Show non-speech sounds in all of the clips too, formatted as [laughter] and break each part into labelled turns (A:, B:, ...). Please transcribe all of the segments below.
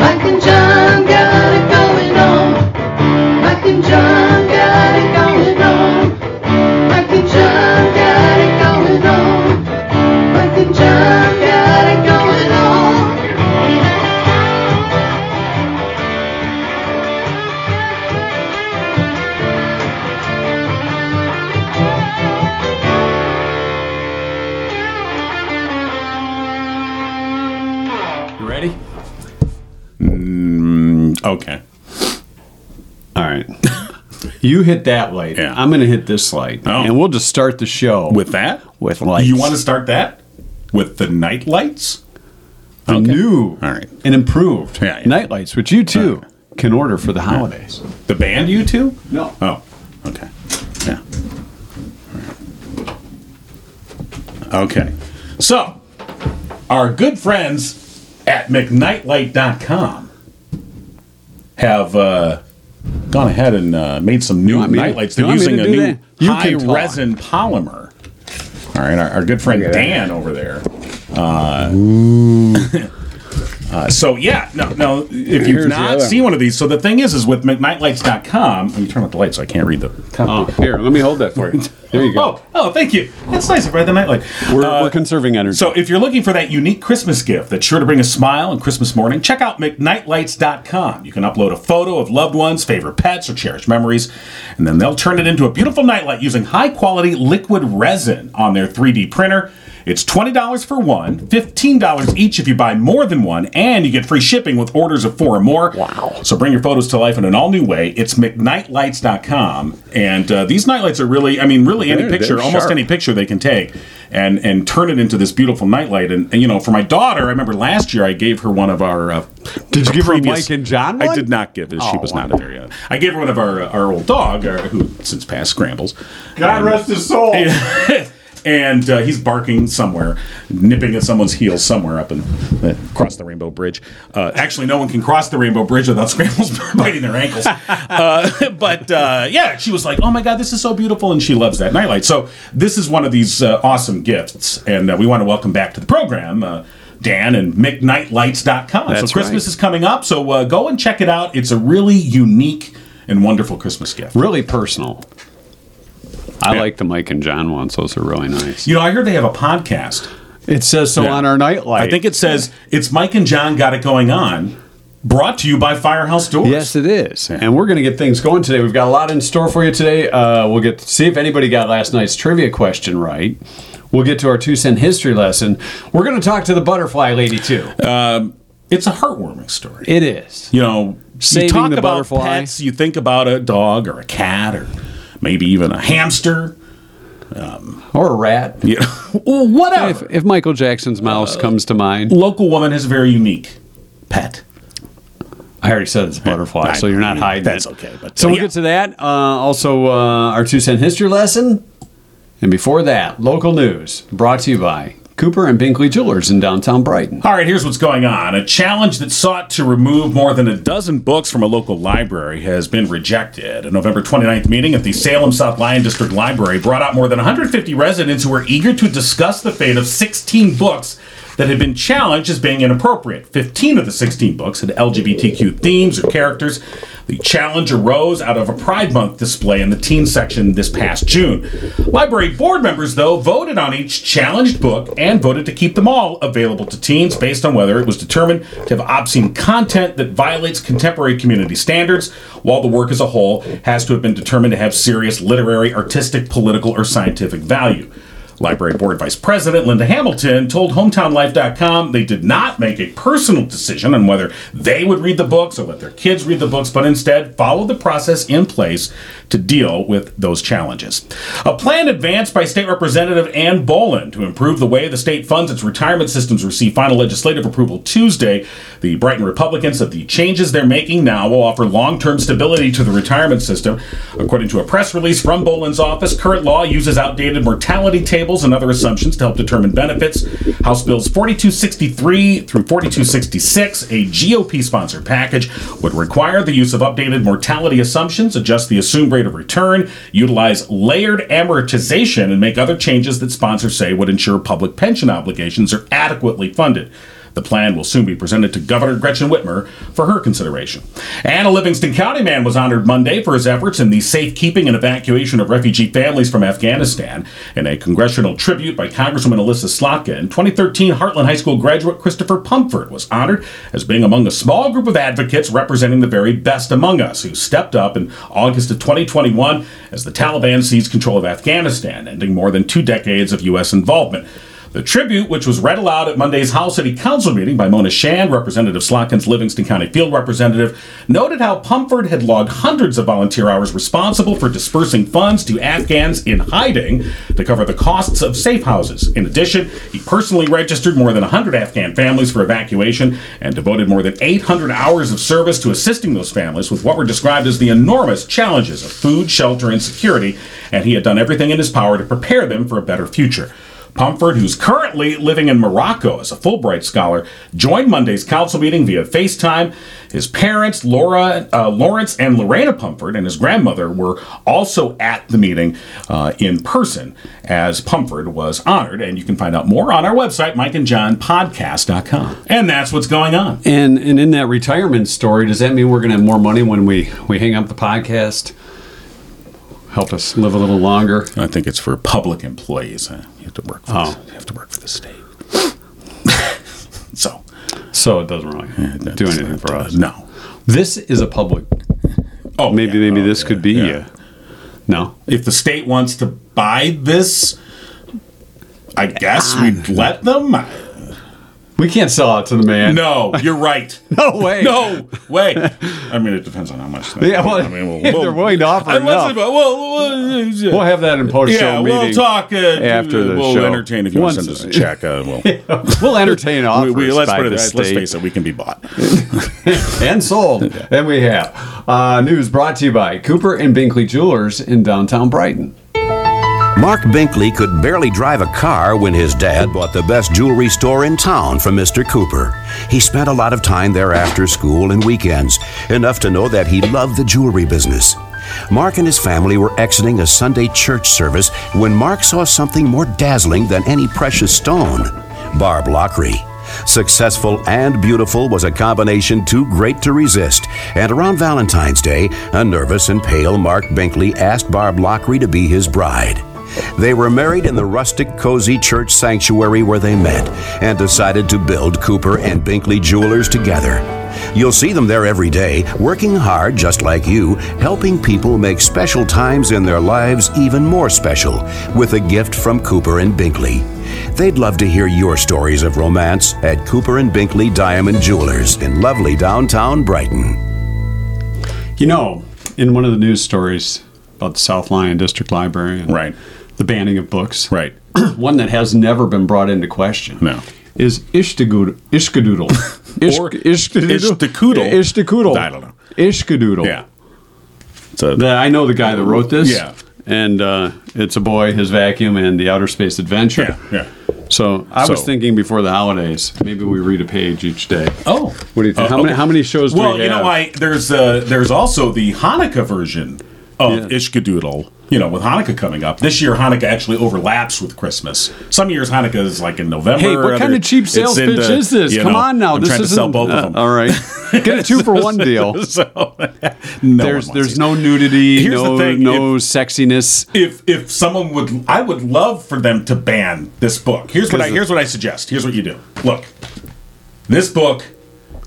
A: Mike and John got it going on. Mike and John got it going on. Mike and John got it going on. Mike and John got it going on.
B: You ready?
C: Okay.
B: All right. [laughs] You hit that light.
C: Yeah.
B: I'm going to hit this light.
C: Oh.
B: And we'll just start the show
C: With that,
B: with lights.
C: you want to start that with the night lights?
B: The new
C: All right.
B: and improved
C: Yeah, yeah.
B: night lights, which you too
C: Okay.
B: can order for the holidays.
C: The band, you two?
B: No.
C: Oh, okay. Yeah. Okay. So, our good friends at McNightlight.com have uh, gone ahead and uh, made some new
B: want me to- you
C: nightlights. They're
B: want me
C: using
B: to
C: a
B: do
C: new
B: that? You
C: high
B: can talk.
C: resin polymer. All right, our, our good friend Dan over there. Uh, so yeah, no, no. If you've
D: Here's the
C: not
D: other
C: seen one of these, so the thing is, is with McNightlights.com. Let me turn off the lights so I can't read the.
B: Oh, here, let me hold that
C: [laughs]
B: for you. There you go.
C: Oh, oh, thank you. That's nice. I read the nightlight.
B: We're,
C: Uh,
B: we're conserving energy.
C: so if you're looking for that unique Christmas gift that's sure to bring a smile on Christmas morning, check out McNightlights.com. You can upload a photo of loved ones, favorite pets, or cherished memories, and then they'll turn it into a beautiful nightlight using high quality liquid resin on their 3D printer. It's $20 for one, $15 each if you buy more than one, and you get free shipping with orders of four or more. Wow. So bring your photos to life in an all new way. It's McNightlights.com. And uh, these nightlights are really, I mean, really any
D: They're- they're
C: picture, almost
D: sharp.
C: any picture they can take and and turn it into this beautiful nightlight. And, and you know, for my daughter, I remember last year I gave her one of our. Uh,
B: Did you give her a
C: previous-
B: Mike and John
C: I
B: one?
C: did not give it. She was not there yet. I gave her one of our our old dog, uh who since passed scrambles.
D: God
C: And-
D: rest his soul.
C: [laughs] and uh, he's barking somewhere, nipping at someone's heel somewhere up in uh, across the Rainbow Bridge. Uh, actually, no one can cross the Rainbow Bridge without [laughs] scrambles biting their ankles. Uh, [laughs] but uh, yeah, she was like, "Oh my God, this is so beautiful," and she loves that nightlight. So this is one of these uh, awesome gifts, and uh, we want to welcome back to the program. Uh, Dan and McNightlights.com. so
B: That's
C: Christmas
B: right.
C: is coming up, so uh, go and check it out. It's a really unique and wonderful Christmas gift.
B: really personal. I
C: Yeah.
B: like the Mike and John ones. Those are really nice.
C: You know, I heard they have a podcast.
B: It says so
C: Yeah.
B: on our nightlight.
C: I think it says it's Mike and John got it going on. Brought to you by Firehouse Doors.
B: Yes, it is. And we're going to get things going today. We've got a lot in store for you today. Uh, we'll get to see if anybody got last night's trivia question right. We'll get to our two cent history lesson. We're going to talk to the butterfly lady too.
C: it's a heartwarming story.
B: it is.
C: You know,
B: Saving
C: you talk
B: the
C: about
B: butterfly.
C: pets, you think about a dog or a cat or maybe even a hamster.
B: Or a rat. Uh,
C: You know, [laughs] or whatever.
B: If, if Michael Jackson's mouse comes to mind,
C: Local woman has a very unique pet.
B: I already said it's a butterfly, so you're not hiding.
C: That's
B: it.
C: okay, but,
B: so
C: uh,
B: we'll
C: yeah.
B: get to that. Uh, also, uh, our two cent history lesson, and before that, local news brought to you by Cooper and Binkley Jewelers in downtown Brighton.
C: All right, here's what's going on. A challenge that sought to remove more than a dozen books from a local library has been rejected. A November 29th meeting at the Salem South Lyon District Library brought out more than 150 residents who were eager to discuss the fate of 16 books that had been challenged as being inappropriate. 15 of the 16 books had LGBTQ themes or characters. The challenge arose out of a Pride Month display in the teen section this past June. Library board members, though, voted on each challenged book and voted to keep them all available to teens based on whether it was determined to have obscene content that violates contemporary community standards, while the work as a whole has to have been determined to have serious literary, artistic, political, or scientific value. Library Board Vice President Linda Hamilton told HometownLife.com they did not make a personal decision on whether they would read the books or let their kids read the books, but instead followed the process in place to deal with those challenges. A plan advanced by State Representative Ann Boland to improve the way the state funds its retirement systems received final legislative approval Tuesday. The Brighton Republicans said the changes they're making now will offer long term stability to the retirement system. According to a press release from Boland's office, current law uses outdated mortality tables tables and other assumptions to help determine benefits. House Bills 4263 through 4266, a GOP sponsored package, would require the use of updated mortality assumptions, adjust the assumed rate of return, utilize layered amortization, and make other changes that sponsors say would ensure public pension obligations are adequately funded. The plan will soon be presented to Governor Gretchen Whitmer for her consideration. And a Livingston County man was honored Monday for his efforts in the safekeeping and evacuation of refugee families from Afghanistan. In a congressional tribute by Congresswoman Alyssa Slotkin, 2013 Heartland High School graduate Christopher Pumford was honored as being among a small group of advocates representing the very best among us who stepped up in August of 2021 as the Taliban seized control of Afghanistan, ending more than two decades of U.S. involvement. The tribute, which was read aloud at Monday's House City Council meeting by Mona Shand, Representative Slotkin's Livingston County Field Representative, noted how Pumford had logged hundreds of volunteer hours responsible for dispersing funds to Afghans in hiding to cover the costs of safe houses. In addition, he personally registered more than 100 Afghan families for evacuation and devoted more than 800 hours of service to assisting those families with what were described as the enormous challenges of food, shelter, and security, and he had done everything in his power to prepare them for a better future. Pumford, who's currently living in Morocco as a Fulbright scholar, joined Monday's council meeting via FaceTime. His parents, Laura, uh, Lawrence, and Lorena Pumford, and his grandmother were also at the meeting uh, in person as Pumford was honored. And you can find out more on our website, mikeandjohnpodcast.com. And that's what's going on.
B: And and in that retirement story, does that mean we're going to have more money when we we hang up the podcast? Help us live a little longer.
C: I think it's for public employees. huh? You have to work for,
B: Oh.
C: you have to work for
B: [laughs]
C: the state. so,
B: So it doesn't really do anything for us.
C: No.
B: This is a public.
C: Oh,
B: Maybe
C: yeah.
B: maybe
C: Oh,
B: this
C: yeah,
B: could be
C: yeah.
B: you. No.
C: If the state wants to buy this, I guess
B: Ah.
C: we'd let them.
B: We can't sell out to the man.
C: No, you're right.
B: No way.
C: No way. I mean, it depends on how much.
B: [laughs]
C: They
B: Yeah, well,
C: I mean,
B: if they're willing to offer
C: Unless
B: enough.
C: they- well, well,
B: We'll have that in post show
C: yeah,
B: meeting.
C: we'll talk uh,
B: after the
C: We'll
B: show.
C: entertain if you want to
B: Once-
C: send us a check. Uh,
B: [laughs]
C: we'll,
B: [laughs] We'll entertain
C: [laughs] we,
B: offers
C: we, let's
B: by
C: put it
B: the
C: this. Let's
B: state.
C: face it, we can be bought.
B: and
C: [laughs]
B: sold. And we have uh, news brought to you by Cooper and Binkley Jewelers in downtown Brighton.
D: Mark Binkley could barely drive a car when his dad bought the best jewelry store in town from Mr. Cooper. He spent a lot of time there after school and weekends, enough to know that he loved the jewelry business. Mark and his family were exiting a Sunday church service when Mark saw something more dazzling than any precious stone Barb Lockery. Successful and beautiful was a combination too great to resist. And around Valentine's Day, a nervous and pale Mark Binkley asked Barb Lockery to be his bride. They were married in the rustic, cozy church sanctuary where they met and decided to build Cooper and Binkley Jewelers together. You'll see them there every day, working hard just like you, helping people make special times in their lives even more special with a gift from Cooper and Binkley. They'd love to hear your stories of romance at Cooper and Binkley Diamond Jewelers in lovely downtown Brighton.
B: You know, in one of the news stories about the South Lyon District Library and
C: Right.
B: the banning of books,
C: Right.
B: [clears throat] one that has never been brought into question.
C: No.
B: Is Ishtagood- Ishkadoodle. Ish-
C: [laughs] Or
B: Ishkadoodle.
C: Ishtakoodle.
B: Ishtakoodle.
C: I don't know.
B: Ishkadoodle.
C: Yeah. So
B: The- I know the guy that wrote this.
C: Yeah.
B: And uh, it's a boy, his vacuum, and the outer space adventure.
C: yeah, yeah.
B: So I was
C: So-
B: thinking before the holidays, maybe we read a page each day.
C: Oh,
B: What do you think? how, many, how many shows do
C: Well,
B: we
C: you know,
B: have?
C: I there's uh, there's also the Hanukkah version of
B: Yeah.
C: Ishkadoodle. You know, with Hanukkah coming up this year, Hanukkah actually overlaps with Christmas. Some years Hanukkah is like in November.
B: Hey, what kind
C: other-
B: of cheap sales
C: it's
B: pitch
C: into,
B: is this?
C: you
B: Come
C: know,
B: on now,
C: I'm
B: this
C: trying
B: isn't
C: to sell both
B: uh,
C: of them.
B: all
C: [laughs]
B: right, get a two for one deal.
C: so [laughs] no
B: There's
C: one
B: there's
C: wants these.
B: no nudity,
C: Here's the
B: no
C: thing,
B: no sexiness.
C: if if someone would I would love for them to ban this book. Here's what I here's what I suggest. Here's what you do. Look. This book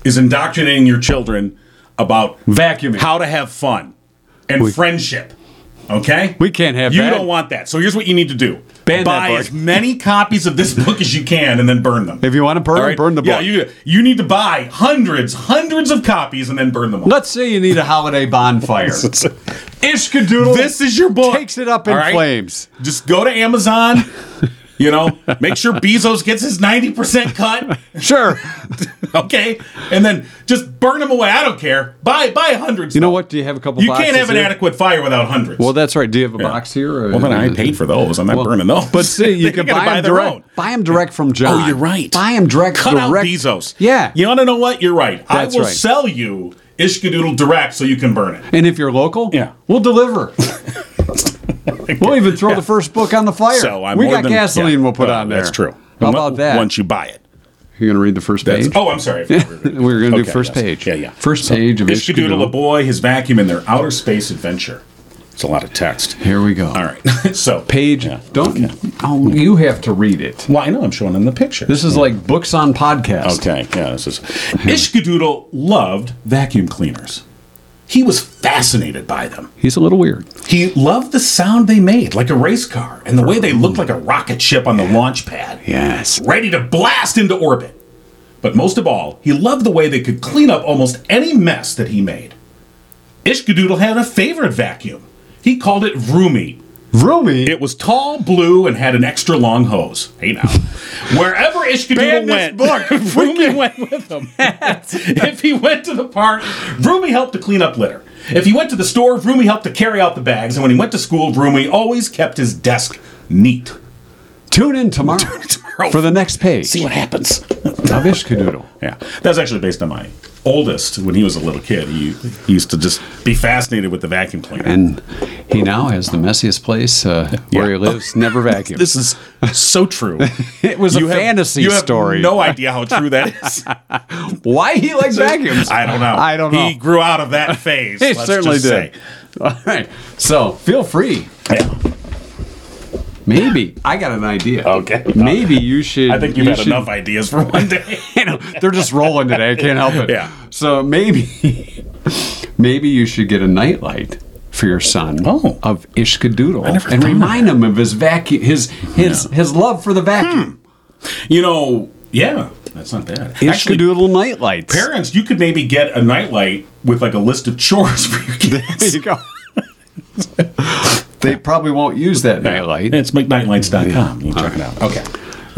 C: is indoctrinating your children about
B: Vacuuming.
C: how to have fun and friendship. Okay?
B: We can't have
C: You
B: that.
C: don't want that. So here's what you need to do.
B: Ban that
C: Buy
B: book.
C: as many copies of this book as you can and then burn them.
B: If you want to burn,
C: All right?
B: burn the book.
C: Yeah, you, you need to buy hundreds, hundreds of copies and then burn them all.
B: Let's say you need a holiday [laughs] bonfire.
C: [laughs]
B: Ishkadoodle
C: This is your book.
B: takes it up in
C: All right?
B: flames.
C: Just go to Amazon, You know, make sure Bezos gets his 90% cut. [laughs]
B: Sure.
C: Okay. And then just burn them away. I don't care. Buy, buy hundreds.
B: You know what? Do you have a couple
C: You
B: boxes
C: can't have an
B: here?
C: adequate fire without hundreds.
B: Well, that's right. Do you have a box here? Or,
C: Well, then I paid for those. I'm not burning those. [laughs]
B: But see, you
C: They
B: can
C: gotta
B: buy, them
C: their
B: direct.
C: own.
B: Buy them direct from John.
C: Oh, you're right.
B: Buy them direct.
C: Cut
B: direct.
C: out Bezos.
B: Yeah.
C: You want to know what? You're right.
B: That's
C: I will
B: right.
C: sell you Ishkadoodle direct so you can burn it.
B: And if you're local,
C: Yeah.
B: we'll
C: [laughs]
B: deliver. we'll even throw the first book on the fire.
C: So I'm
B: we
C: more
B: got
C: than-
B: gasoline.
C: yeah.
B: We'll put
C: Uh,
B: on there.
C: That's true.
B: How
C: Once-
B: about that?
C: Once you buy it.
B: you're gonna read the first
C: That's-
B: page.
C: oh, I'm sorry. I forgot we
B: we [laughs] were gonna do
C: Okay,
B: first
C: yes.
B: page.
C: Yeah, yeah.
B: First page of
C: Ishkadoodle, a
B: Ishkadoodle.
C: boy, his vacuum, and their outer space adventure. It's a lot of text.
B: Here we go.
C: All right. [laughs] so
B: Page.
C: Yeah.
B: Don't. Oh, you have to read it.
C: Well, I know I'm showing in the picture.
B: This is like books on podcast.
C: Okay, yeah, this is. [laughs] Ishkadoodle loved vacuum cleaners. He was fascinated by them.
B: He's a little weird.
C: He loved the sound they made, like a race car, and the way they looked like a rocket ship on the launch pad,
B: Yes.
C: ready to blast into orbit. But most of all, he loved the way they could clean up almost any mess that he made. Ishkadoodle had a favorite vacuum. He called it Vroomy,
B: Roomy.
C: it was tall, blue, and had an extra long hose. Hey [laughs] now, wherever
B: Ban
C: Ishkadoodle
B: this
C: went,
B: book.
C: [laughs] Rumi went with him. if he went to the park, Rumi helped to clean up litter. If he went to the store, Rumi helped to carry out the bags. And when he went to school, Rumi always kept his desk neat.
B: Tune in tomorrow,
C: tomorrow.
B: for the next page
C: See what happens.
B: of Ishkadoodle.
C: Yeah, that's actually based on my oldest. When he was a little kid, he, he used to just be fascinated with the vacuum cleaner.
B: And he now has the messiest place uh, where he lives, never vacuumed.
C: This is so true.
B: [laughs] it was a fantasy
C: you have
B: story.
C: no idea how true that is.
B: Why he likes [laughs] vacuums?
C: I don't know.
B: I don't know. [laughs]
C: He grew out of that phase.
B: He
C: let's
B: certainly
C: just
B: did. All right. So feel free.
C: say. Yeah.
B: Maybe I got an idea.
C: Okay.
B: Maybe you should.
C: I think you've
B: you
C: had
B: should- [laughs]
C: enough ideas for one day.
B: you know, they're just rolling today. I can't help it.
C: Yeah.
B: So maybe, [laughs] maybe you should get a nightlight for your son
C: Oh.
B: of Ishkadoodle
C: never
B: and
C: thought of
B: remind him of his vacuum, his his his love for the vacuum.
C: Hmm. you know, yeah, that's not bad. Actually,
B: Ishkadoodle nightlights.
C: parents, you could maybe get a nightlight with like a list of chores [laughs] for your
B: There
C: kids.
B: you go. they probably won't use that [laughs] nightlight.
C: It's McNightlights.com. You can check it out. Okay.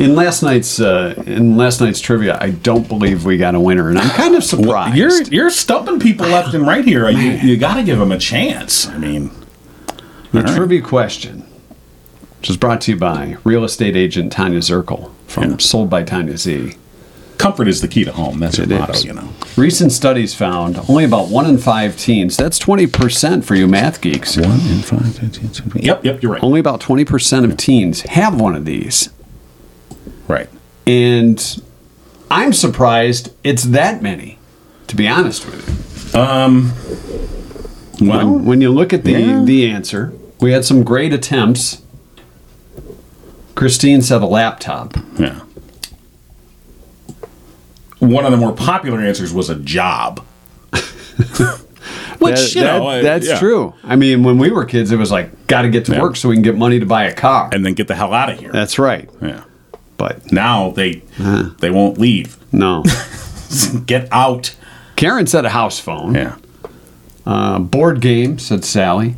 B: In last night's uh, in last night's trivia, I don't believe we got a winner, and I'm kind of surprised.
C: You're you're stumping people left and right here. You, you got to give them a chance. I mean,
B: The trivia question, which is brought to you by real estate agent Tanya Zirkel from
C: Yeah.
B: Sold by Tanya Z.
C: comfort is the key to home. That's your
B: It
C: motto,
B: is.
C: you know.
B: Recent studies found only about one in five teens, that's 20% for you math geeks,
C: One in five. Yep, yep, you're right.
B: only about 20% of teens have one of these.
C: Right.
B: And I'm surprised it's that many, to be honest with you.
C: Well,
B: When, when you look at the, the answer, we had some great attempts. Christine said a laptop.
C: Yeah. One of the more popular answers was a job. Which,
B: That-
C: you
B: that-
C: know, I-
B: that's
C: yeah.
B: true. I mean, when we were kids, it was like, got to get to
C: Yeah.
B: work so we can get money to buy a car.
C: And then get the hell out of here.
B: that's right.
C: yeah.
B: But
C: Now they they won't leave. [laughs]
B: [laughs] no.
C: Get out.
B: Karen said a house phone.
C: Yeah.
B: Uh, board game, said Sally.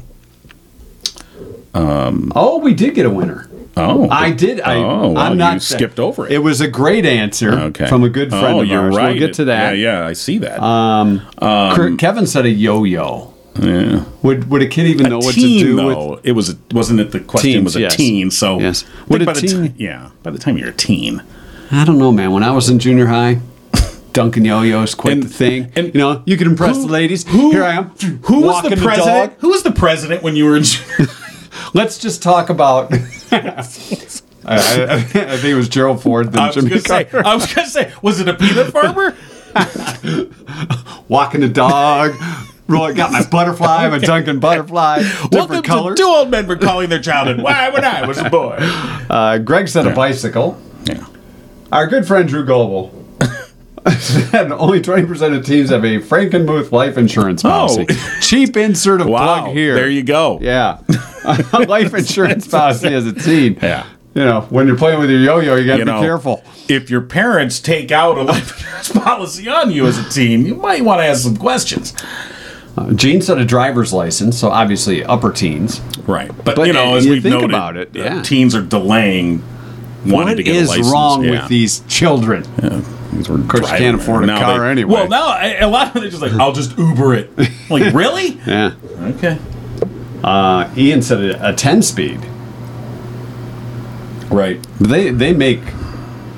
B: Um, oh, we did get a winner.
C: Oh.
B: I did. I,
C: Oh, well,
B: I'm not
C: you skipped over it.
B: It was a great answer
C: Okay.
B: from a good friend
C: oh,
B: of
C: you're
B: ours.
C: Right.
B: We'll get to that. Uh,
C: Yeah, Um, yeah, I see that.
B: Cre- Kevin said a yo-yo.
C: yeah.
B: Would would a kid even know what
C: teen,
B: to do
C: though,
B: with?
C: it was a, wasn't it the question
B: Teens,
C: was a
B: yes.
C: teen, so
B: Yes.
C: I think
B: Would a
C: by the ti-
B: teen-
C: yeah, by the time you're a teen.
B: I don't know, man. When I was in junior
C: [laughs]
B: high, dunking yo-yos, quite
C: And-
B: the thing.
C: and
B: you know, you could impress
C: who-
B: the ladies.
C: who-
B: Here I am.
C: Who was the
B: walking
C: president?
B: dog.
C: who was the president when you [laughs] were in
B: Let's just talk about. [laughs] I, I, I think it was Gerald Ford. Then
C: I was
B: Jimmy
C: gonna say.
B: Carter.
C: I was gonna say. Was it a [laughs] peanut farmer?
B: walking the dog. Roy got my butterfly,
C: [laughs]
B: my Duncan butterfly. Different
C: Welcome
B: colors.
C: to two old men recalling their childhood. Why when I was a [laughs] boy.
B: uh, Greg said a bicycle.
C: Yeah.
B: Our good friend Drew Goble said only 20% of teams have a Frankenmuth life insurance policy. Cheap insert of
C: Oh. Wow.
B: plug here.
C: There you go. [laughs]
B: Yeah. [laughs] A life insurance policy as a teen.
C: Yeah.
B: You know, when you're playing with your yo-yo, you got to
C: You
B: be
C: know,
B: careful.
C: If your parents take out a life insurance [laughs] policy on you as a teen, you might want to ask some questions.
B: Gene said a driver's license, so obviously upper teens.
C: Right. But,
B: But,
C: you know,
B: uh,
C: as
B: you
C: we've
B: think
C: noted,
B: about it,
C: uh,
B: yeah.
C: teens are delaying wanting
B: What
C: to get a
B: is
C: license.
B: wrong
C: yeah.
B: with these children?
C: Of
B: course, you can't afford a car anyway.
C: Well, no, I- a lot of them are just like, I'll just Uber it.
B: [laughs]
C: Like, really?
B: Yeah.
C: okay.
B: Uh, Ian said a, a 10 speed.
C: Right.
B: They they make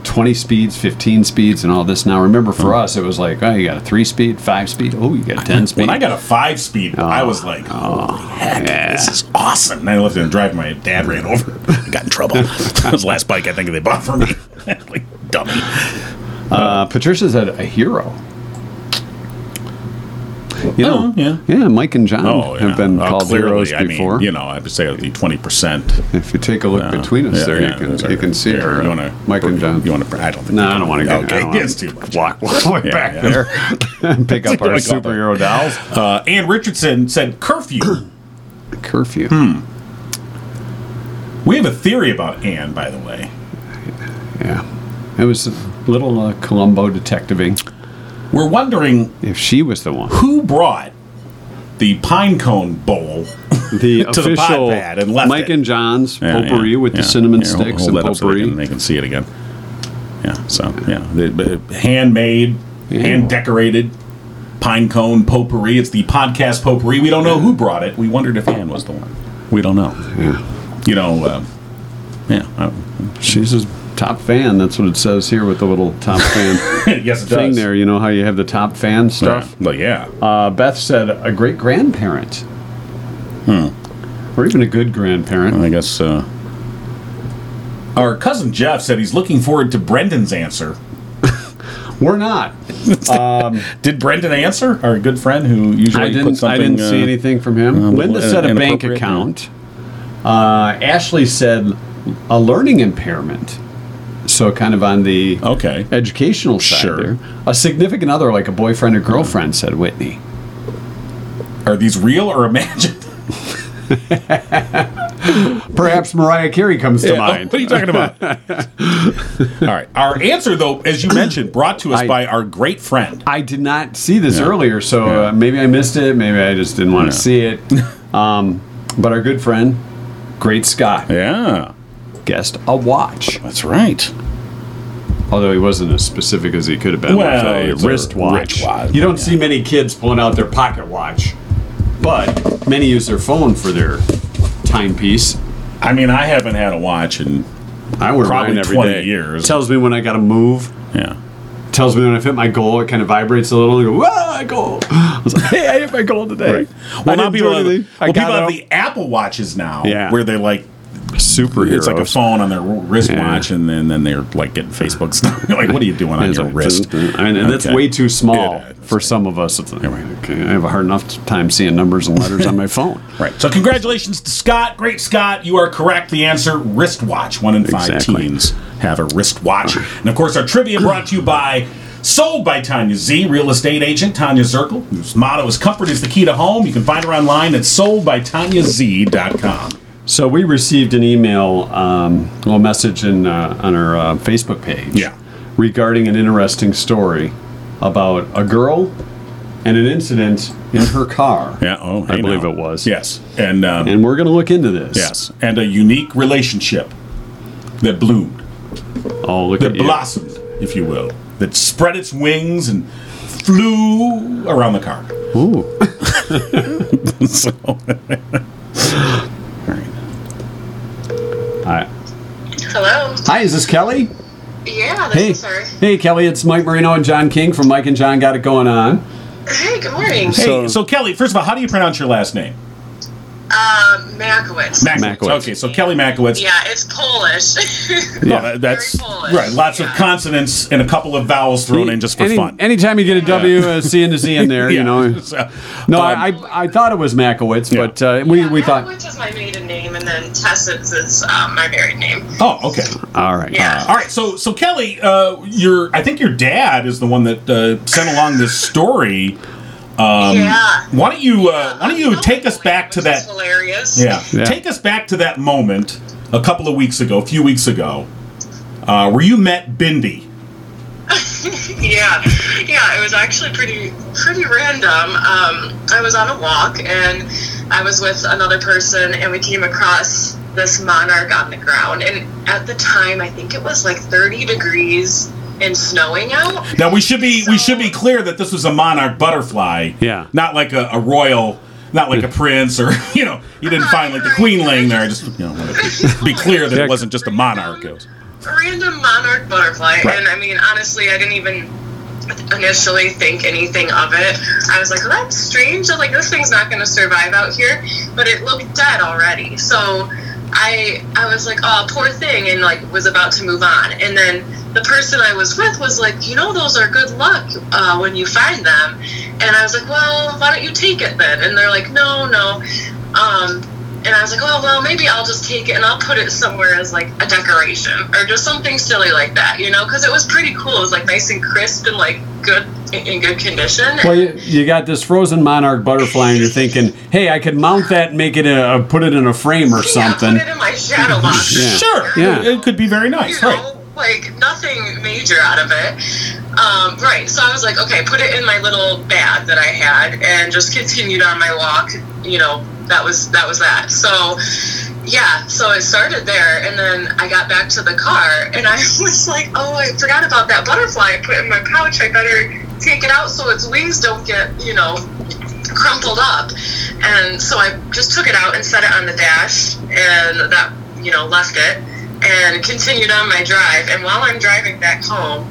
B: 20 speeds, 15 speeds, and all this. Now, remember for us, it was like, oh, you got a three speed, five speed. Oh, you got a 10 speed.
C: [laughs] When I got a five speed, I was
B: Oh,
C: like, holy heck, this is awesome. And I left it in drive. My dad ran over. [laughs] I got in trouble. that was the last bike I think they bought for me. [laughs] like, dummy.
B: uh, Patricia said a hero. You know,
C: Oh, yeah.
B: yeah, Mike and John
C: Oh, yeah.
B: have been
C: Oh,
B: called heroes before.
C: I mean, you know, I would say the 20%.
B: if you take a look
C: uh,
B: between us
C: yeah,
B: there,
C: yeah,
B: you can
C: those are-
B: you can see
C: yeah,
B: her,
C: You wanna,
B: Mike and John. [laughs]
C: You want to? I don't think.
B: no, I don't want to go. I
C: Okay,
B: don't wanna
C: it's too much.
B: Walk, walk
C: Yeah,
B: back
C: yeah.
B: there and pick up our
C: Like all that.
B: superhero [laughs] dolls.
C: Uh, Ann Richardson said curfew.
B: Curfew.
C: we have a theory about Ann, by the way. Hmm.
B: Yeah, it was a little uh, Columbo detectiving.
C: We're wondering
B: If she was the one,
C: who brought the pine cone bowl.
B: the
C: [laughs] to the pod
B: official
C: pad and left
B: Mike
C: it.
B: and John's potpourri with the cinnamon sticks and potpourri.
C: and they can see it again. Yeah. So yeah, The- the handmade, hand decorated pine cone potpourri. It's the podcast potpourri. We don't know who brought it. We wondered if Ann was the one. We don't know. You know. Uh, yeah. I-
B: She's a top fan. That's what it says here with the little
C: [laughs]
B: top fan
C: [laughs] yes, it
B: thing
C: does.
B: there. You know how you have the top fan
C: Yeah.
B: stuff.
C: Well, yeah.
B: Uh, Beth said a great grandparent, hmm. or even a good grandparent.
C: I guess. Uh, our cousin Jeff said he's looking forward to Brendan's answer.
B: We're not.
C: Did Brendan answer? Our good friend who usually
B: I
C: puts
B: didn't. I
C: something.
B: didn't
C: uh,
B: see anything from him.
C: a
B: Linda
C: little
B: said a bank
C: inappropriate, yeah.
B: account. Uh, Ashley said a learning impairment. So kind of on the
C: Okay.
B: educational side
C: Sure.
B: there. A significant other, like a boyfriend or girlfriend, said Whitney.
C: Are these real or imagined?
B: Perhaps Mariah Carey comes [laughs] to mind.
C: What are you
B: [laughs]
C: talking about? All right. Our answer, though, as you mentioned, brought to us
B: I-
C: by our great friend.
B: I did not see this earlier, so uh, maybe I missed it. Maybe I just didn't want
C: Yeah.
B: to see
C: [laughs]
B: it. Um, but our good friend, Great Scott,
C: Yeah,
B: guessed a watch.
C: that's right.
B: Although he wasn't as specific as he could have been
C: Well,
B: with
C: it's
B: a
C: a
B: wristwatch.
C: wristwatch,
B: You don't see many kids pulling out their pocket watch, but many use their phone for their timepiece.
C: I mean, I haven't had a watch, and
B: I wear
C: Probably
B: mine every
C: 20
B: day.
C: years.
B: Tells me when I got to move.
C: yeah,
B: Tells me when I've hit my goal. It kind of vibrates a little. And go, whoa, I goal! [laughs] I was like, hey, I hit my goal today.
C: well, now
B: didn't do
C: people have,
B: anything. I
C: well,
B: got
C: people have
B: up.
C: the Apple watches now,
B: Yeah.
C: where they like
B: superheroes.
C: it's like a phone on their wristwatch, and then, then they're like getting Facebook stuff. [laughs] You're like, what are you doing [laughs] on
B: It's
C: your
B: like,
C: wrist?
B: [laughs] I mean, and that's
C: Okay.
B: way too small
C: Yeah, that's
B: for some of us. It's like,
C: right.
B: okay, I have a hard enough time seeing numbers and letters
C: [laughs]
B: on my phone.
C: Right. So congratulations to Scott. Great Scott. You are correct. The answer, wristwatch. One in five
B: Exactly.
C: teens have a wristwatch. And of course, our trivia brought to you by Sold by Tanya Z, real estate agent Tanya Zirkel, whose motto is comfort is the key to home. You can find her online at soldbytanyaz.com.
B: So we received an email, um, well, message in, uh, on our uh, Facebook page
C: Yeah.
B: regarding an interesting story about a girl and an incident in her
C: [laughs]
B: car.
C: Oh,
B: I believe it was.
C: Yes. And um,
B: And we're going to look into this.
C: yes, and a unique relationship that bloomed.
B: Oh, look
C: that
B: at you.
C: blossomed, if you will, that spread its wings and flew around the car. Ooh. so,
B: [laughs] Hi.
E: Hello.
B: Hi, is this Kelly?
E: Yeah, this
B: Hey.
E: is her.
B: Hey, Kelly, it's Mike Marino and John King from Mike and John Got It Going On.
E: Hey, good morning.
C: hey,
B: So-
C: so, Kelly, first of all, how do you pronounce your last name?
E: Um, Markowitz.
B: Makowicz.
C: Okay, so Kelly Makowicz.
E: yeah, it's Polish. [laughs]
C: Oh, that- that's
E: Very Polish.
C: right. Lots of consonants and a couple of vowels thrown in just for
B: Any-
C: fun.
B: Anytime you get a W, a C, and a Z in there,
C: Yeah.
B: you know.
C: [laughs] So,
B: No,
C: um,
B: I, I, I thought it was Makowitz,
C: Yeah.
B: but uh, we,
E: yeah,
B: we thought.
E: Markowitz is my maiden name, and then Tessitz is um, my married name.
C: Oh, okay.
B: All right.
E: Yeah.
C: All right. So, so Kelly, uh, your I think your dad is the one that uh, sent along this story. Um,
E: Yeah.
C: Why don't you uh, Why don't you take us back to
E: Which is
C: that?
E: hilarious.
C: Yeah.
B: Yeah.
C: Take us back to that moment a couple of weeks ago, a few weeks ago, uh, where you met Bindi.
E: [laughs] yeah, yeah. It was actually pretty pretty random. Um, I was on a walk and I was with another person, and we came across this monarch on the ground. And at the time, I think it was like 30 degrees and snowing out.
C: Now we should be we should be clear that this was a monarch butterfly.
B: Yeah.
C: Not like a, a royal, not like a prince or [laughs] you know you didn't find like the queen laying there. I just you know wanted to be clear that it wasn't just a monarch. It was-
E: a random monarch butterfly.
C: Right.
E: And I mean, honestly, I didn't even initially think anything of it. I was like, well, that's strange. I'm like, this thing's not going to survive out here. But it looked dead already. So I, I was like, oh, poor thing, and like was about to move on. And then the person I was with was like, you know, those are good luck uh, when you find them. And I was like, well, why don't you take it then? And they're like, no, no. Um, and I was like, oh, well, maybe I'll just take it and I'll put it somewhere as like a decoration or just something silly like that, you know? Because it was pretty cool. It was like nice and crisp and like good in good condition.
B: Well, you, you got this frozen monarch butterfly, and you're thinking, "Hey, I could mount that and make it a, put it in a frame or something."
E: Yeah, put it in my shadow box.
B: Yeah.
C: Sure.
B: Yeah.
C: It, it could be very nice.
E: you
C: Right.
E: know, like nothing major out of it. Um, right. So I was like, okay, put it in my little bag that I had, and just continued on my walk. You know, that was that was that. So yeah, so it started there, and then I got back to the car, and I [laughs] was like, oh, I forgot about that butterfly I put in my pouch. I better take it out so its wings don't get you know crumpled up. And so I just took it out and set it on the dash, and that, you know, left it and continued on my drive. And while I'm driving back home,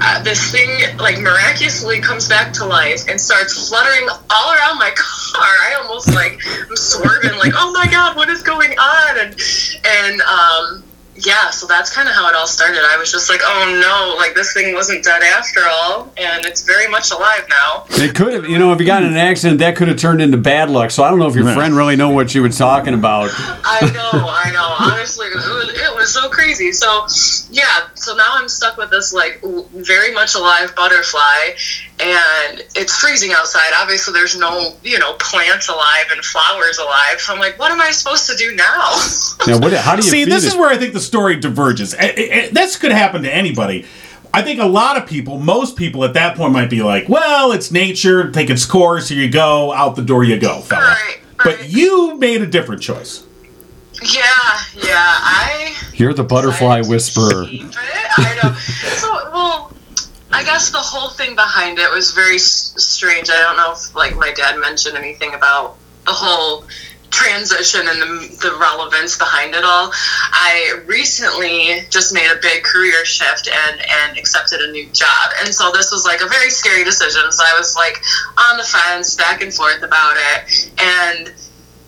E: uh, this thing like miraculously comes back to life and starts fluttering all around my [laughs] car. I almost like I'm swerving, like, oh my god, what is going on? And and um, yeah, so that's kind of how it all started. I was just like, oh no, like this thing wasn't dead after all, and it's very much alive now.
B: It could have, you know, if you got in an accident, that could have turned into bad luck. So I don't know if your
C: Right.
B: friend really know what you were talking about.
E: I know, I know. Honestly, it was, it was so crazy. So, yeah. So now I'm stuck with this like w- very much alive butterfly, and it's freezing outside. Obviously, there's no you know plants alive and flowers alive. So I'm like, what am I supposed to do now? [laughs]
B: Now, what, how do you
C: See,
B: feed
C: this
B: it?
C: is where I think the story diverges. A- a- a- this could happen to anybody. I think a lot of people, most people at that point, might be like, "Well, it's nature. Take its course. Here you go. Out the door you go, fella."
E: Right,
C: But
E: right.
C: you made a different choice.
E: yeah, yeah. I
B: You're the butterfly
E: [laughs]
B: whisperer.
E: Keep it. I know. So, well, I guess the whole thing behind it was very s- strange. I don't know if, like, my dad mentioned anything about the whole transition and the, the relevance behind it all. I recently just made a big career shift and, and accepted a new job. And so this was, like, a very scary decision. So I was, like, on the fence, back and forth about it. And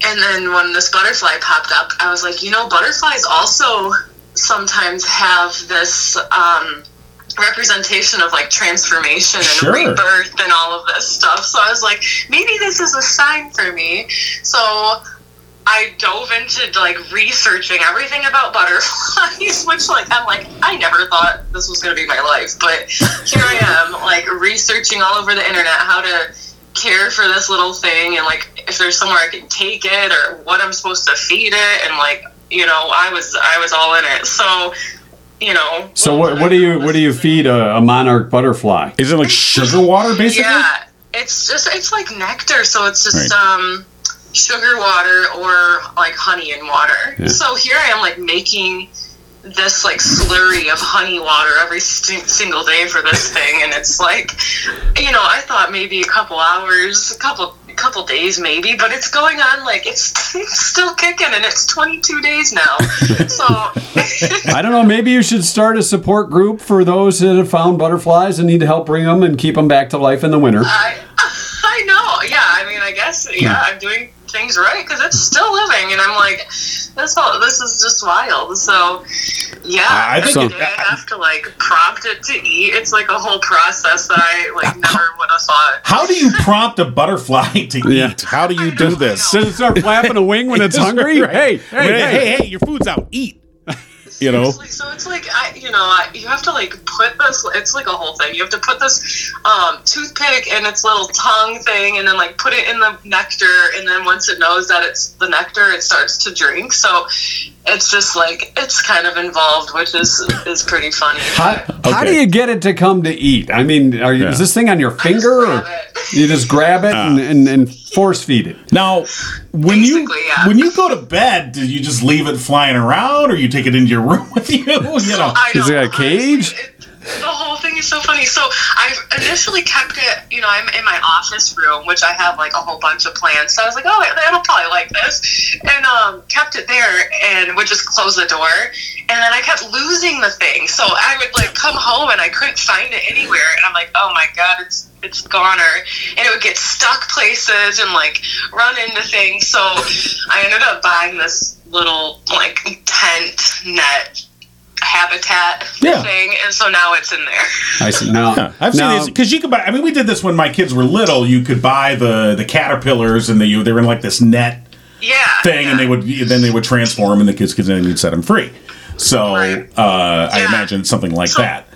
E: and then when this butterfly popped up, I was like, you know, butterflies also sometimes have this um, representation of like transformation and
C: Sure.
E: rebirth and all of this stuff. So I was like, maybe this is a sign for me. So I dove into like researching everything about butterflies, [laughs] which like I'm like I never thought this was gonna be my life, but here I am like researching all over the internet how to care for this little thing and like if there's somewhere I can take it or what I'm supposed to feed it and like you know I was I was all in it so you know
B: So what, what do you what do you feed a, a monarch butterfly?
C: Is it like sugar water, basically?
E: Yeah, it's just it's like nectar, so it's just
C: Right.
E: um, sugar water or like honey and water.
B: Yeah.
E: So here I am like making this like slurry of honey water every st- single day for this thing, and it's like you know I thought maybe a couple hours, a couple couple days maybe but it's going on like it's, [laughs] it's still kicking and it's 22
C: [laughs]
E: days now so [laughs]
B: I don't know. Maybe you should start a support group for those that have found butterflies and need to help bring them and keep them back to life in the winter.
E: I, [laughs] I know. Yeah, I mean, I guess. Yeah,
C: Hmm.
E: I'm doing things right because it's still living, and I'm like, this all. This is just wild. So, yeah,
C: I- I think
E: I
C: it-
E: did have to like prompt it to eat. It's like a whole process that I
C: [laughs]
E: like never would have thought.
C: How do you prompt a butterfly [laughs] to
B: Yeah.
C: eat? How do you do [laughs] this?
B: Does it start flapping a wing [laughs] when it's hungry? Hey, hey,
C: Hey,
B: hey,
C: hey, hey, your food's out. Eat. [laughs] You know?
E: Seriously, So it's like I, you know, I, you have to like put this. It's like a whole thing. You have to put this um, toothpick in its little tongue thing, and then like put it in the nectar. And then once it knows that it's the nectar, it starts to drink. So it's just like it's kind of involved, which is is pretty funny.
B: How, how do
C: Okay.
B: you get it to come to eat? I mean, are you,
C: Yeah. Ah.
B: is this thing on your finger?
E: grab
B: Or
E: it.
B: you just grab it and, and, and force feed it.
C: Now, when you
E: Basically, yeah.
C: when you go to bed, do you just leave it flying around, or you take it into your [laughs] room with you? You know,
E: I
B: Is
E: don't-
B: it a cage?
E: honestly, it- The whole thing is so funny. So I initially kept it, you know, I'm in my office room, which I have like a whole bunch of plants. So I was like, oh, that'll probably like this, and um, kept it there, and would just close the door, and then I kept losing the thing. So I would like come home and I couldn't find it anywhere, and I'm like, oh my god, it's it's goner, and it would get stuck places and like run into things. So I ended up buying this little like tent net habitat
C: Yeah.
E: thing, and so now it's in there.
B: I see. Now,
C: Yeah, I've seen
B: now,
C: these because you could buy. I mean, we did this when my kids were little. You could buy the the caterpillars, and they they were in like this net
E: Yeah.
C: thing, and they would then they would transform, and the kids could then you'd set them free. So uh,
E: Right.
C: I
E: Yeah.
C: imagine it's something like
E: So-
C: that.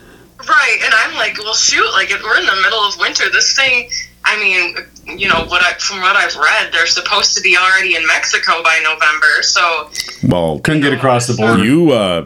E: Right, and I'm like, well, shoot, like if we're in the middle of winter. This thing, I mean, you know, what I from what I've read, they're supposed to be already in Mexico by November.
C: [laughs]
E: So
C: Well,
B: couldn't get across the border.
C: you uh,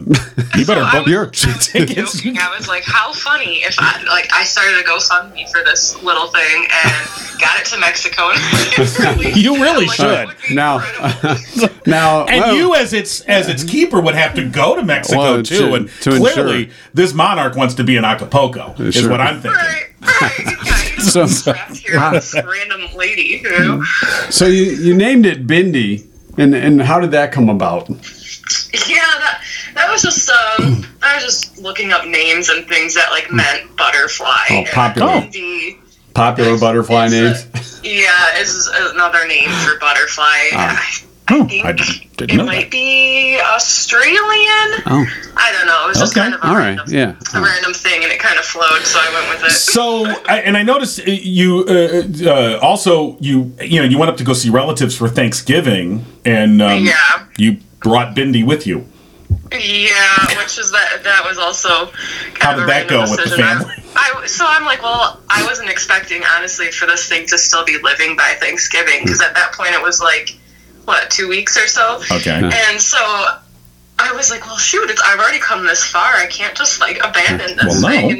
C: you better
E: I
C: book
E: was-
C: your
E: [laughs]
C: tickets.
E: joking, I was like, how funny if I like I started a GoFundMe for this little thing and got it to Mexico. [laughs] And really,
C: You really
E: I'm like,
C: should.
E: that would be
B: Now-
E: incredible.
B: [laughs] now,
C: [laughs] And
B: well,
C: you, as its as its keeper, would have to go to Mexico
B: Well,
C: too.
B: to-
C: and
B: to
C: clearly,
B: ensure. Uh,
C: this monarch wants to be in Acapulco. Is
B: sure.
C: what I'm thinking.
E: right, right,
B: [laughs]
E: yeah, you
B: So- Mm-hmm.
E: just trapped here with this random lady, you know.
B: so you, you named it Bindi, and, and how did that come about?
E: [laughs] Yeah, that, that was just um, I was just looking up names and things that like meant butterfly.
B: Oh, popular.
E: And the-
B: Popular butterfly
E: is a-
B: names.
E: yeah, is another name for butterfly. I
C: Oh,
E: think
C: I d-
E: it
C: didn't know
E: might
C: that.
E: be Australian.
B: Oh,
E: I don't know. It was just
C: Okay,
E: kind of a
B: all right,
E: random,
B: yeah.
E: a random thing, and it kind of flowed, so I went with it.
C: So, I, and I noticed uh, you uh, uh, also you you know you went up to go see relatives for Thanksgiving, and um,
E: Yeah.
C: you brought Bindi with you.
E: Yeah, which is that that was also
C: How
E: kind of a
C: did that
E: random
C: go with the
E: decision. I-
C: family?
E: I, so I'm like, well, I wasn't expecting honestly for this thing to still be living by Thanksgiving because at that point it was like what two weeks or so.
C: Hmm. Okay.
E: And so I was like, well, shoot, it's, I've already come this far. I can't just like abandon
C: Well,
E: this
C: no.
E: thing.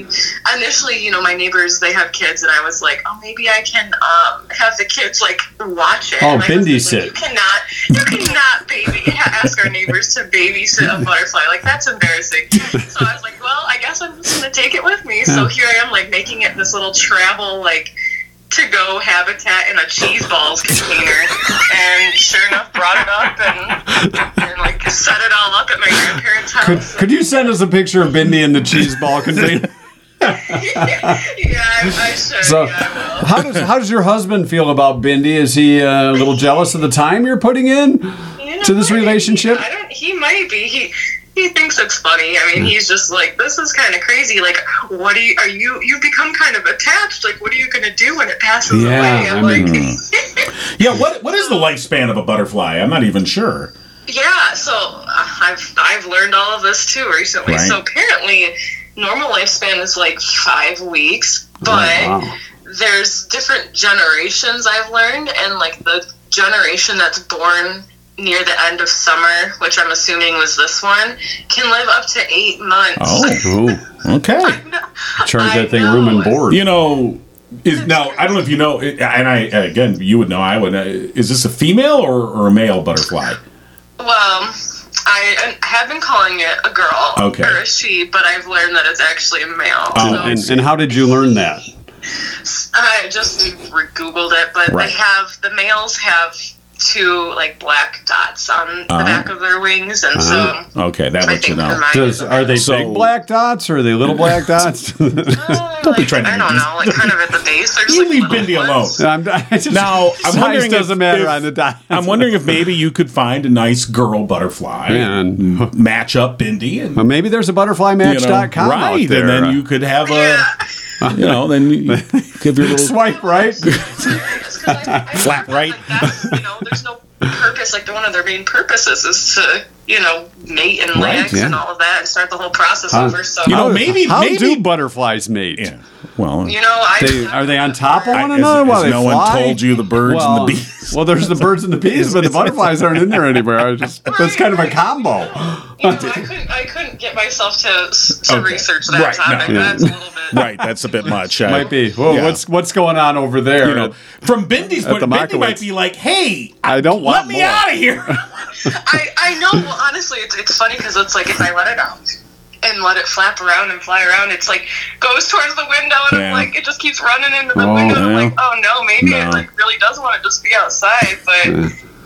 E: And initially, you know, my neighbors they have kids, and I was like, oh, maybe I can um, have the kids like watch it.
B: Oh,
E: And my husband's
B: babysit.
E: Like, you cannot, you cannot baby [laughs] ask our neighbors to babysit a butterfly. Like that's embarrassing. So I was like, well, I guess I'm just gonna take it with me. So here I am, like making it this little travel like to go habitat in a cheese balls container and sure enough brought it up and, and like set it all up at my grandparents'
B: Could,
E: house.
B: could you send us a picture of Bindi in the cheese ball [laughs] container?
E: yeah, I, I should.
B: So-
E: yeah, I will.
B: How does how does your husband feel about Bindi? Is he uh, a little jealous of the time you're putting in
E: You
B: to
E: know,
B: this
E: I-
B: relationship?
E: I don't. He might be. He he thinks it's funny. I mean, he's just like, this is kind of crazy. Like, what do you? Are you? You've become kind of attached. Like, what are you gonna do when it passes
B: Yeah,
E: away? I'm
B: I mean-
E: [laughs] like.
C: Yeah. What what is the lifespan of a butterfly? I'm not even sure.
E: Yeah, so uh, I've I've learned all of this too recently.
C: Right.
E: So apparently, normal lifespan is like five weeks, but
B: Oh, wow.
E: there's different generations I've learned, and like the generation that's born near the end of summer, which I'm assuming was this one, can live up to eight months.
C: Oh. okay.
B: Charge
E: I
B: that thing
E: know.
B: room and board.
C: You know. Is, now I don't know if you know, it- and I again you would know. I would. uh, Is this a female or, or a male butterfly?
E: Well, I uh, have been calling it a girl
C: Okay.
E: or a she, but I've learned that it's actually a male.
C: Oh,
E: so.
B: and, and how did you learn that?
E: I just re- googled it, but
C: Right.
E: they have the males have two like black dots on
C: Uh-huh.
E: the back of their wings, and so
C: Okay, that
E: I
C: lets you
E: think
C: know.
E: mine
B: Does
E: is a
B: are they
C: So-
B: big black dots or are they little black dots?
E: male.
C: [laughs] Don't be
E: uh, Like,
C: trying to
E: I don't
C: be-
E: know, like kind of at the base. They're
C: [laughs]
E: just
C: You
E: like
C: leave
E: little
C: Bindi
E: ones.
C: alone.
B: [laughs]
C: [laughs]
B: I'm, I just,
C: Now, I'm
B: size
C: wondering
B: doesn't
C: if-
B: matter
C: if-
B: on the dots.
C: I'm wondering if maybe you could find a nice girl butterfly
B: Man.
C: m- match up Bindi and
B: Well, maybe there's a
C: you know,
B: butterflymatch.com
C: right,
B: out there.
C: and then you could have a you know,
B: [laughs]
C: then you give your little
B: swipe
E: [laughs]
B: right.
E: Just
C: [laughs]
E: 'cause I- I-
C: Flat right.
E: Like that's, you know, there's no purpose. Like one of their main purposes is to you know, mate and
C: Right, Uh,
E: legs and
B: yeah.
E: all of that and start the whole process over. So,
C: You
B: How-
C: know, maybe-
B: how
C: maybe-
B: do butterflies mate?
C: Yeah. Well,
E: you know, I,
B: They, are they on top of
C: I-
B: one
C: has-
B: another while
C: has
B: they
C: no one
B: fly?
C: told you the birds and the
B: well,
C: bees? [laughs]
B: Well, there's the birds and the bees, but the butterflies aren't in there anywhere. I just that's kind of a combo.
C: [laughs]
E: you know, I couldn't, I couldn't get myself to, s- to
C: Okay.
E: research that
C: Right, no,
E: topic.
C: yeah.
E: That's a little bit.
C: right. That's a bit much. I-
B: Might be. Whoa,
C: Yeah.
B: what's what's going on over there?
C: you know, from Bindy's point,
B: the
C: Bindy might
B: Markowitz.
C: be like, "Hey,
B: I don't want
C: let me
B: more.
C: out of here." [laughs]
E: I, I know. Well, honestly, it's, it's funny because it's like if I let it out and let it flap around and fly around, it's like goes towards the window and
C: Yeah.
E: I'm like it just keeps running into the
B: Oh,
E: window. And I'm
C: yeah.
E: like, oh no, maybe
C: No.
E: it like really does want to just be outside, but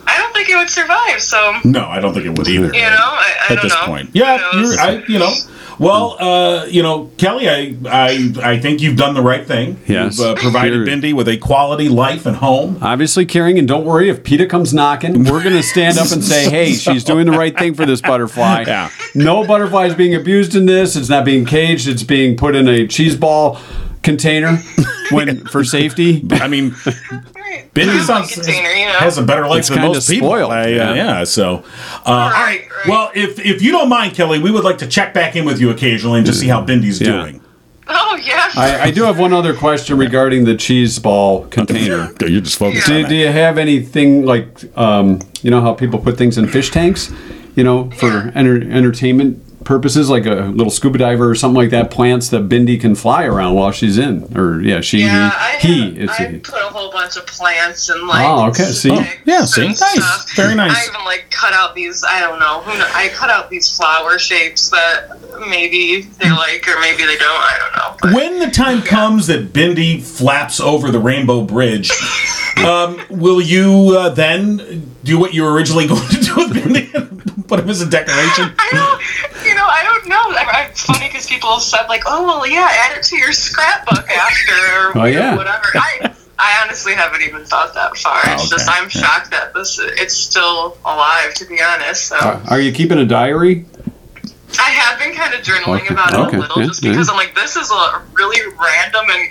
E: I don't think it would survive. So you know,
C: no, I don't think it would either.
E: I, I
C: at
E: don't
C: this
E: know.
C: point.
E: Who
C: Yeah,
E: knows?
C: you're, I, you know. Well, uh, you know, Kelly, I, I, I think you've done the right thing.
B: Yes.
C: You've uh, provided
B: You're-
C: Bindi with a quality life and home.
B: Obviously, caring, and don't worry if PETA comes knocking. We're going to stand up and say,
C: [laughs]
B: hey, she's doing the right thing for this butterfly.
C: Yeah.
B: No butterfly is being abused in this. It's not being caged. It's being put in a cheese ball container when for safety.
C: I mean,
E: Right.
C: Bindi
E: Sounds
C: sounds
E: like a container, you know?
C: has a better life
B: It's
C: than
B: kinda
C: most people.
B: spoiled,
C: I, uh, yeah.
B: yeah.
C: So, uh, all right.
E: right, right.
C: Well, if if you don't mind, Kelly, we would like to check back in with you occasionally and just see how Bindy's
B: Yeah.
C: doing.
E: Oh yeah.
B: I, I do have one other question regarding the cheese ball
C: [laughs]
B: container.
C: You're just focused
B: Do, do you have anything like, um, you know, how people put things in fish tanks, you know, for enter- entertainment purposes, like a little scuba diver or something like that, plants that Bindi can fly around while she's in? Or, yeah, she,
E: Yeah, I,
B: Mm-hmm. he.
E: have,
B: it's a
E: I
B: he.
E: put a whole bunch of plants and like.
B: Oh, okay, see?
E: sticks
C: Oh, yeah, see?
E: and
C: Nice, very nice.
E: I even like cut out these. I don't know. Who know, I cut out these flower shapes that maybe they
B: Mm.
E: like or maybe they don't. I don't know. But
C: When the time comes that Bindi flaps over the Rainbow Bridge, um, will you uh, then do what you were originally [laughs] going to do with Bindi and put him as a decoration?
E: I don't. You know, I don't know. I, I, it's funny because people have said like, "Oh, well, yeah, add it to your scrapbook after
B: [laughs]
E: or
B: Oh,
E: you know,
B: yeah. Oh,
E: whatever." I. I honestly haven't even thought that far. It's just I'm shocked that this it's still alive. To be honest, so.
B: Uh, Are you keeping a diary?
E: I have been kind of journaling
B: Okay.
E: about it
B: Okay.
E: a little
B: Yeah,
E: just because
B: yeah.
E: I'm like, this is a really random and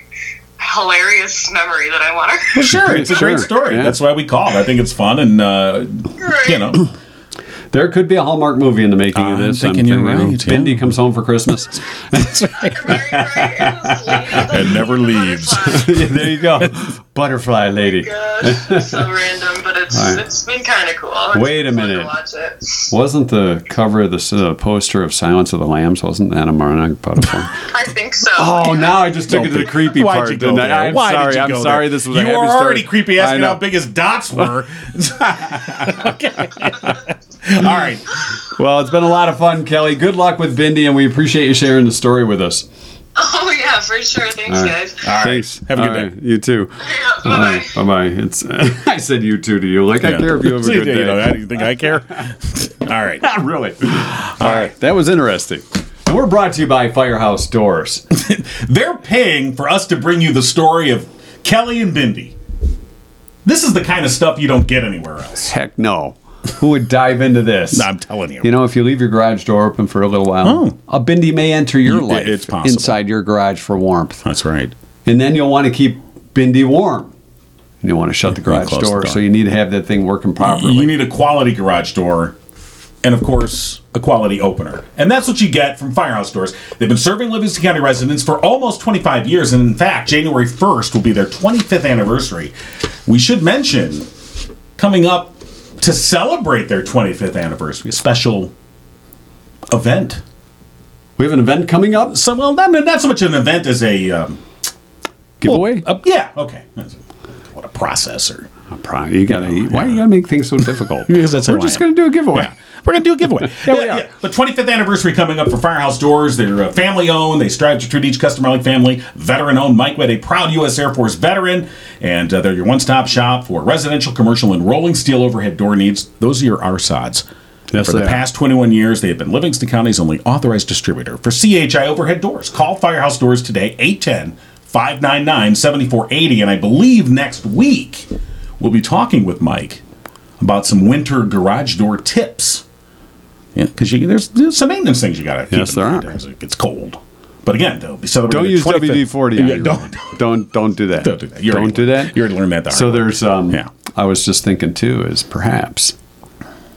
E: hilarious memory that I [laughs] want
C: [laughs]
E: to.
C: Sure, it's a
B: Sure,
C: great story.
B: yeah.
C: That's why we called. I think it's fun, and uh, you know,
B: There could be a Hallmark movie in the making
C: I'm
B: of this.
C: thinking you're
B: you know,
C: right, yeah.
B: Bindi comes home for Christmas.
C: [laughs]
B: [laughs]
E: Right, right, and this lady-
C: It never leaves.
E: Butterfly.
B: Yeah, there you go,
C: [laughs]
B: butterfly lady.
E: [laughs] Gosh, it's so random, but it's
B: All right.
E: it's been kind of cool. It's
B: Wait a
E: fun to
B: minute.
E: watch it.
B: Wasn't the cover of the uh, poster of Silence of the Lambs? Wasn't that a monarch butterfly?
E: I think so.
B: [laughs] oh, now I just took
C: Don't
B: it to the
C: be-
B: creepy
C: Why'd
B: part.
C: you go
B: didn't
C: there?
B: I? am
C: Why did
B: sorry.
C: you
B: I'm
C: go
B: sorry.
C: there?
B: This was a
C: you
B: happy
C: were already
B: story.
C: creepy
B: I
C: asking
B: know.
C: how big his dots
B: [laughs]
C: were. [laughs] All right,
B: Well, it's been a lot of fun, Kelly. Good luck with Bindi, and we appreciate you sharing the story with us.
E: [laughs] Oh, yeah, for sure. Thanks, guys.
B: Thanks.
C: Have a good
B: All
C: day.
B: right, You too.
E: Yeah,
B: All
E: bye-bye.
B: right. Bye bye. It's [laughs] I said you too to you. Like I care if you have a
C: [laughs] See,
B: good
C: you
B: day.
C: know, I- you think I care? [laughs] All
B: [laughs]
C: right.
B: Not really. All right. That was interesting. And we're brought to you by Firehouse Doors.
C: They're paying for us to bring you the story of Kelly and Bindi. This is the kind of stuff you don't get anywhere else.
B: Heck no. Who would dive into this?
C: I'm telling you.
B: you know, if you leave your garage door open for a little while,
C: Oh.
B: a bindi may enter your
C: You-
B: life
C: it's possible.
B: inside your garage for warmth.
C: That's right.
B: And then you'll want to keep bindi warm. And you want to shut the garage
C: close
B: door,
C: the door.
B: so you need to have that thing working properly.
C: You need a quality garage door and, of course, a quality opener. And that's what you get from Firehouse Doors. They've been serving Livingston County residents for almost 25 years. And in fact, January 1st will be their 25th anniversary. We should mention coming up to celebrate their 25th anniversary, a special event.
B: we have an event coming up.
C: So, well, not, not so much an event as a. Um,
B: Giveaway?
C: Uh, yeah. Okay. That's- What a processor.
B: A pri- you gotta. Why you gotta make things so difficult?
C: [laughs] Because that's how
B: We're
C: I
B: just
C: am.
B: gonna do a giveaway.
C: Yeah. We're gonna do
B: [laughs]
C: a giveaway.
B: Yeah, we are.
C: The 25th anniversary coming up for Firehouse Doors. They're uh, family owned. They strive to treat each customer like family. Veteran owned. Mike Wed, a proud U.S. Air Force veteran, and uh, they're your one stop shop for residential, commercial, and rolling steel overhead door needs. Those are your RSODs.
B: Yes,
C: for the
B: they are.
C: past 21 years, they have been Livingston County's only authorized distributor for CHI overhead doors. Call Firehouse Doors today, 810 599 7480. And I believe next week we'll be talking with Mike about some winter garage door tips. Yeah, because there's, there's some maintenance things you got to keep
B: Yes,
C: in
B: there
C: mind
B: are.
C: as it gets cold. But again, they'll be celebrating
B: Don't
C: the
B: use
C: 25th.
B: WD forty.
C: Yeah, don't,
B: don't don't do that.
C: don't do that. You already-
B: don't do that. um,
C: You already learned that. the hard
B: So
C: way.
B: there's um
C: Yeah.
B: I was just thinking too is perhaps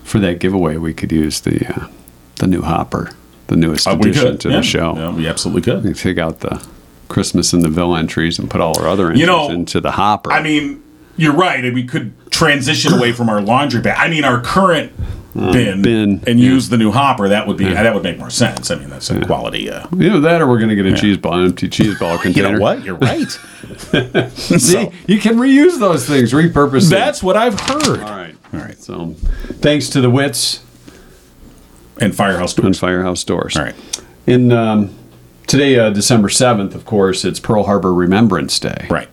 B: for that giveaway, we could use the uh, the new hopper, the newest
C: Uh,
B: [laughs]
C: we
B: addition
C: could
B: to
C: yeah.
B: the show.
C: Yeah, we absolutely could.
B: We could take out the Christmas and the Ville entries and put all our other entries
C: You know,
B: into the hopper.
C: I mean, you're right. and We could transition away from our laundry bag. I mean, our current bin,
B: Mm, bin,
C: and
B: yeah.
C: use the new hopper. That would be that would make more sense. I mean, that's a quality. Uh,
B: either that or we're going to get a cheese ball, an empty cheese ball
C: [laughs] you
B: container.
C: know what? You're
B: [laughs]
C: right. [laughs]
B: See,
C: so,
B: you can reuse those things, repurpose them.
C: that's what I've heard.
B: all right.
C: All right.
B: So, thanks to the wits
C: And firehouse
B: and
C: doors.
B: Firehouse Doors.
C: All right.
B: In um, today, uh, December seventh, of course, it's Pearl Harbor Remembrance Day.
C: Right.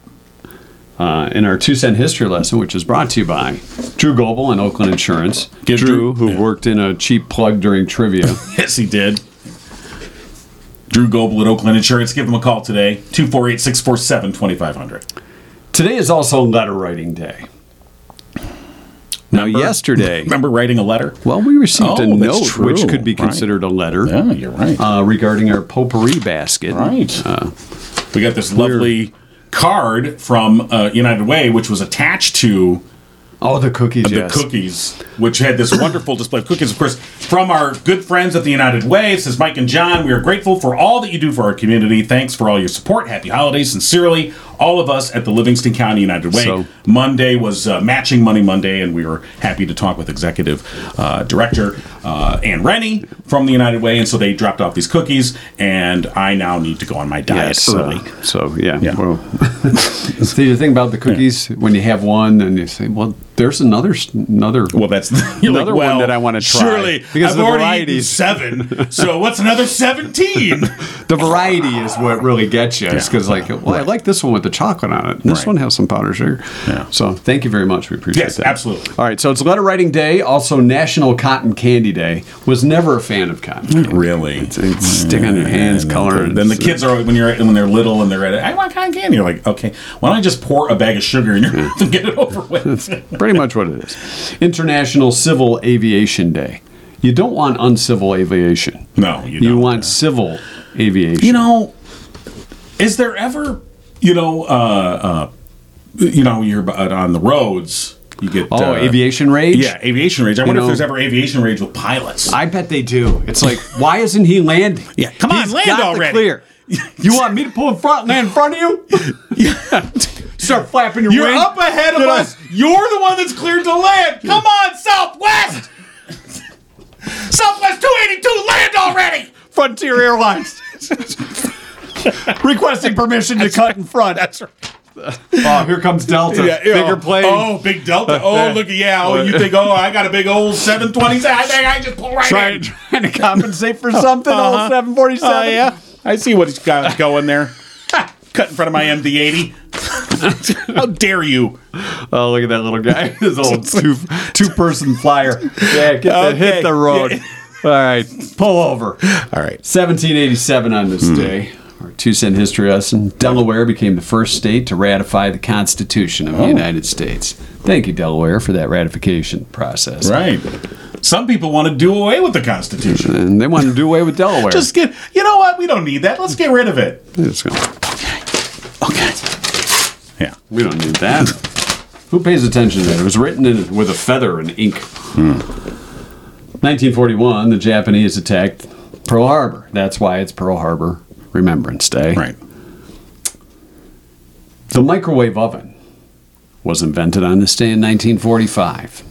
B: Uh, in our two cent history lesson, which is brought to you by Drew Goble and Oakland Insurance.
C: Give
B: Drew,
C: Drew-
B: who
C: yeah.
B: worked in a cheap plug during trivia. [laughs]
C: [laughs] Yes, he did. Drew Goble at Oakland Insurance. Give him a call today. 248 647 2500.
B: today is also letter writing day. Now, yesterday,
C: [laughs] Remember writing a letter?
B: well, we received a
C: Oh, that's
B: note which
C: true.
B: could be
C: Right.
B: considered a letter
C: Yeah, you're right.
B: uh, regarding our potpourri basket.
C: right.
B: Uh,
C: we got this lovely card from uh, United Way, which was attached to
B: oh, the cookies.
C: the
B: yes.
C: cookies, which had this wonderful display of cookies, of course, from our good friends at the United Way. It says, Mike and John, we are grateful for all that you do for our community. Thanks for all your support. Happy holidays. Sincerely, all of us at the Livingston County United Way.
B: So-
C: Monday was uh, Matching Money Monday, and we were happy to talk with Executive uh, Director uh, Ann Rennie from the United Way. And so they dropped off these cookies, and I now need to go on my diet
B: Yes, uh,
C: early.
B: so yeah.
C: Yeah.
B: Well, [laughs] see the thing about the cookies when you have one and you say, "Well, there's another s- another."
C: Well, that's
B: [laughs]
C: you're
B: Another one that I wanna try.
C: Surely,
B: Because of
C: I've
B: the
C: already
B: varieties.
C: eaten
B: [laughs]
C: seven. So what's another seventeen?
B: the variety is what really gets you. It's
C: Yeah.
B: because like, well, I like this one with the chocolate on it. This
C: Right.
B: one has some powdered sugar.
C: Yeah.
B: So thank you very much. We appreciate
C: Yes,
B: that.
C: absolutely.
B: All right. So it's Letter Writing Day. Also National Cotton Candy Day. Was never a fan of cotton.
C: [laughs]
B: candy.
C: [laughs] really?
B: It's stick on your hands, color.
C: Then the kids are when you're when they're little and they're at it. I want cotton candy. You're like, okay, why don't I just pour a bag of sugar in your mouth and get it over with?
B: pretty much what it is. International Civil Aviation Day. You don't want uncivil aviation.
C: No, you,
B: You
C: don't.
B: want civil aviation.
C: You know, is there ever you know uh, uh, you know you're about on the roads you get
B: oh,
C: uh,
B: aviation rage.
C: Yeah, aviation rage. I wonder
B: know-
C: if there's ever aviation rage with pilots.
B: I bet they do. It's like, why isn't he landing?
C: Yeah, come on, land
B: got the
C: already.
B: clear. You want me to pull in front, land in front of you?
C: [laughs]
B: Start flapping your
C: You're
B: wing.
C: up ahead of
B: Get
C: us. You're the one that's cleared to land. Come on, Southwest.
B: [laughs]
C: Southwest 282, land already.
B: Frontier Airlines.
C: [laughs]
B: Requesting permission to cut in front. That's right. Oh, here comes Delta. Bigger plane.
C: Oh, big Delta.
B: [laughs]
C: Oh, look, yeah. Oh, you think, oh, I got a big old 727. I think I just pull right
B: Trying,
C: [laughs] in.
B: trying to compensate for something. All 747.
C: Oh, yeah. I see what he's got going there. [laughs] Cut in front of my
B: [laughs]
C: MD-80. How dare you?
B: Oh, look at that little guy. [laughs] His old two two person flyer. Yeah, get the, hit
C: Okay.
B: the road. All right, pull over.
C: All right.
B: 1787 on this day. Our two cent history lesson. Delaware became the first state to ratify the Constitution of the United States. Thank you, Delaware, for that ratification process.
C: Right. Some people want to do away with the Constitution.
B: And they wanted to do away with Delaware.
C: Just get, you know what? We don't need that. Let's get rid of it.
B: Just go,
C: Okay. Yeah.
B: we don't need that. Who pays attention to that? It was written in, with a feather and ink. 1941, the Japanese attacked Pearl Harbor. That's why it's Pearl Harbor Remembrance Day.
C: Right.
B: The microwave oven was invented on this day in 1945.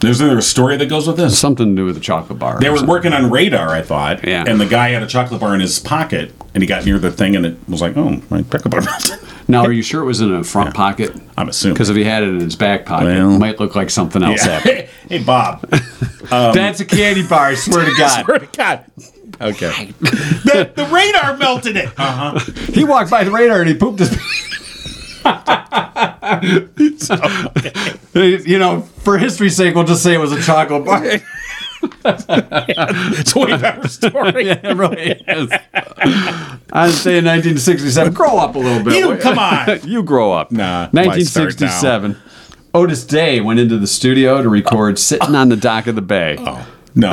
C: There's there a story that goes with this.
B: Something to do with a chocolate bar.
C: They
B: or
C: were
B: something.
C: working on radar, I thought.
B: Yeah.
C: And the guy had a chocolate bar in his pocket, and he got near the thing, and it was like, oh, my chocolate bar [laughs] melted.
B: Now, are you sure it was in a front pocket?
C: I'm assuming.
B: Because if he had it in his back pocket, it
C: Well.
B: might look like something else
C: yeah. [laughs]
B: happened.
C: hey, Bob.
B: That's a candy bar, I
C: [laughs]
B: swear to God.
C: Swear to God. Okay. [laughs] the, the radar melted it. Uh huh.
B: He walked by the radar and he pooped his. you know, for history's sake, we'll just say it was a chocolate
C: [laughs]
B: bar.
C: [laughs] It's a way better [laughs] story.
B: It really is. I was saying 1967. Grow up a little bit.
C: You, come [laughs] on.
B: you grow up.
C: Nah, why start now?
B: 1967. Otis Day went into
C: [laughs]
B: the studio to record "Sitting on the Dock of the Bay."
C: No.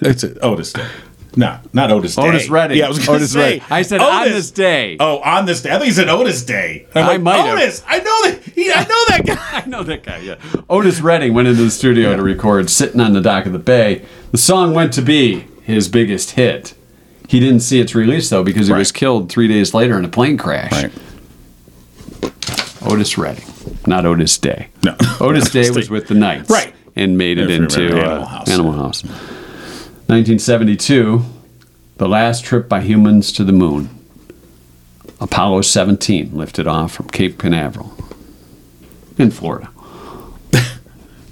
C: It's a Otis Day. No, not Otis Day.
B: Otis Redding.
C: Yeah, I was gonna
B: Otis
C: say.
B: Redding. I said on this day.
C: Oh, on this day. I think he said Otis Day. I'm
B: I might have.
C: Otis. I know that. He, I know that guy.
B: [laughs] I know that guy, yeah. [laughs] Otis Redding went into the studio to record Sitting on the Dock of the Bay. The song went to be his biggest hit. He didn't see its release, though, because he
C: Right.
B: was killed three days later in a plane crash.
C: Right.
B: Otis Redding, not Otis Day.
C: No.
B: [laughs] Otis Day
C: Day.
B: was with the Knights.
C: Right.
B: And made it
C: If you
B: into
C: remember,
B: Animal
C: Animal
B: House.
C: House.
B: Animal House. 1972, the last trip by humans to the moon. Apollo 17 lifted off from Cape Canaveral in Florida.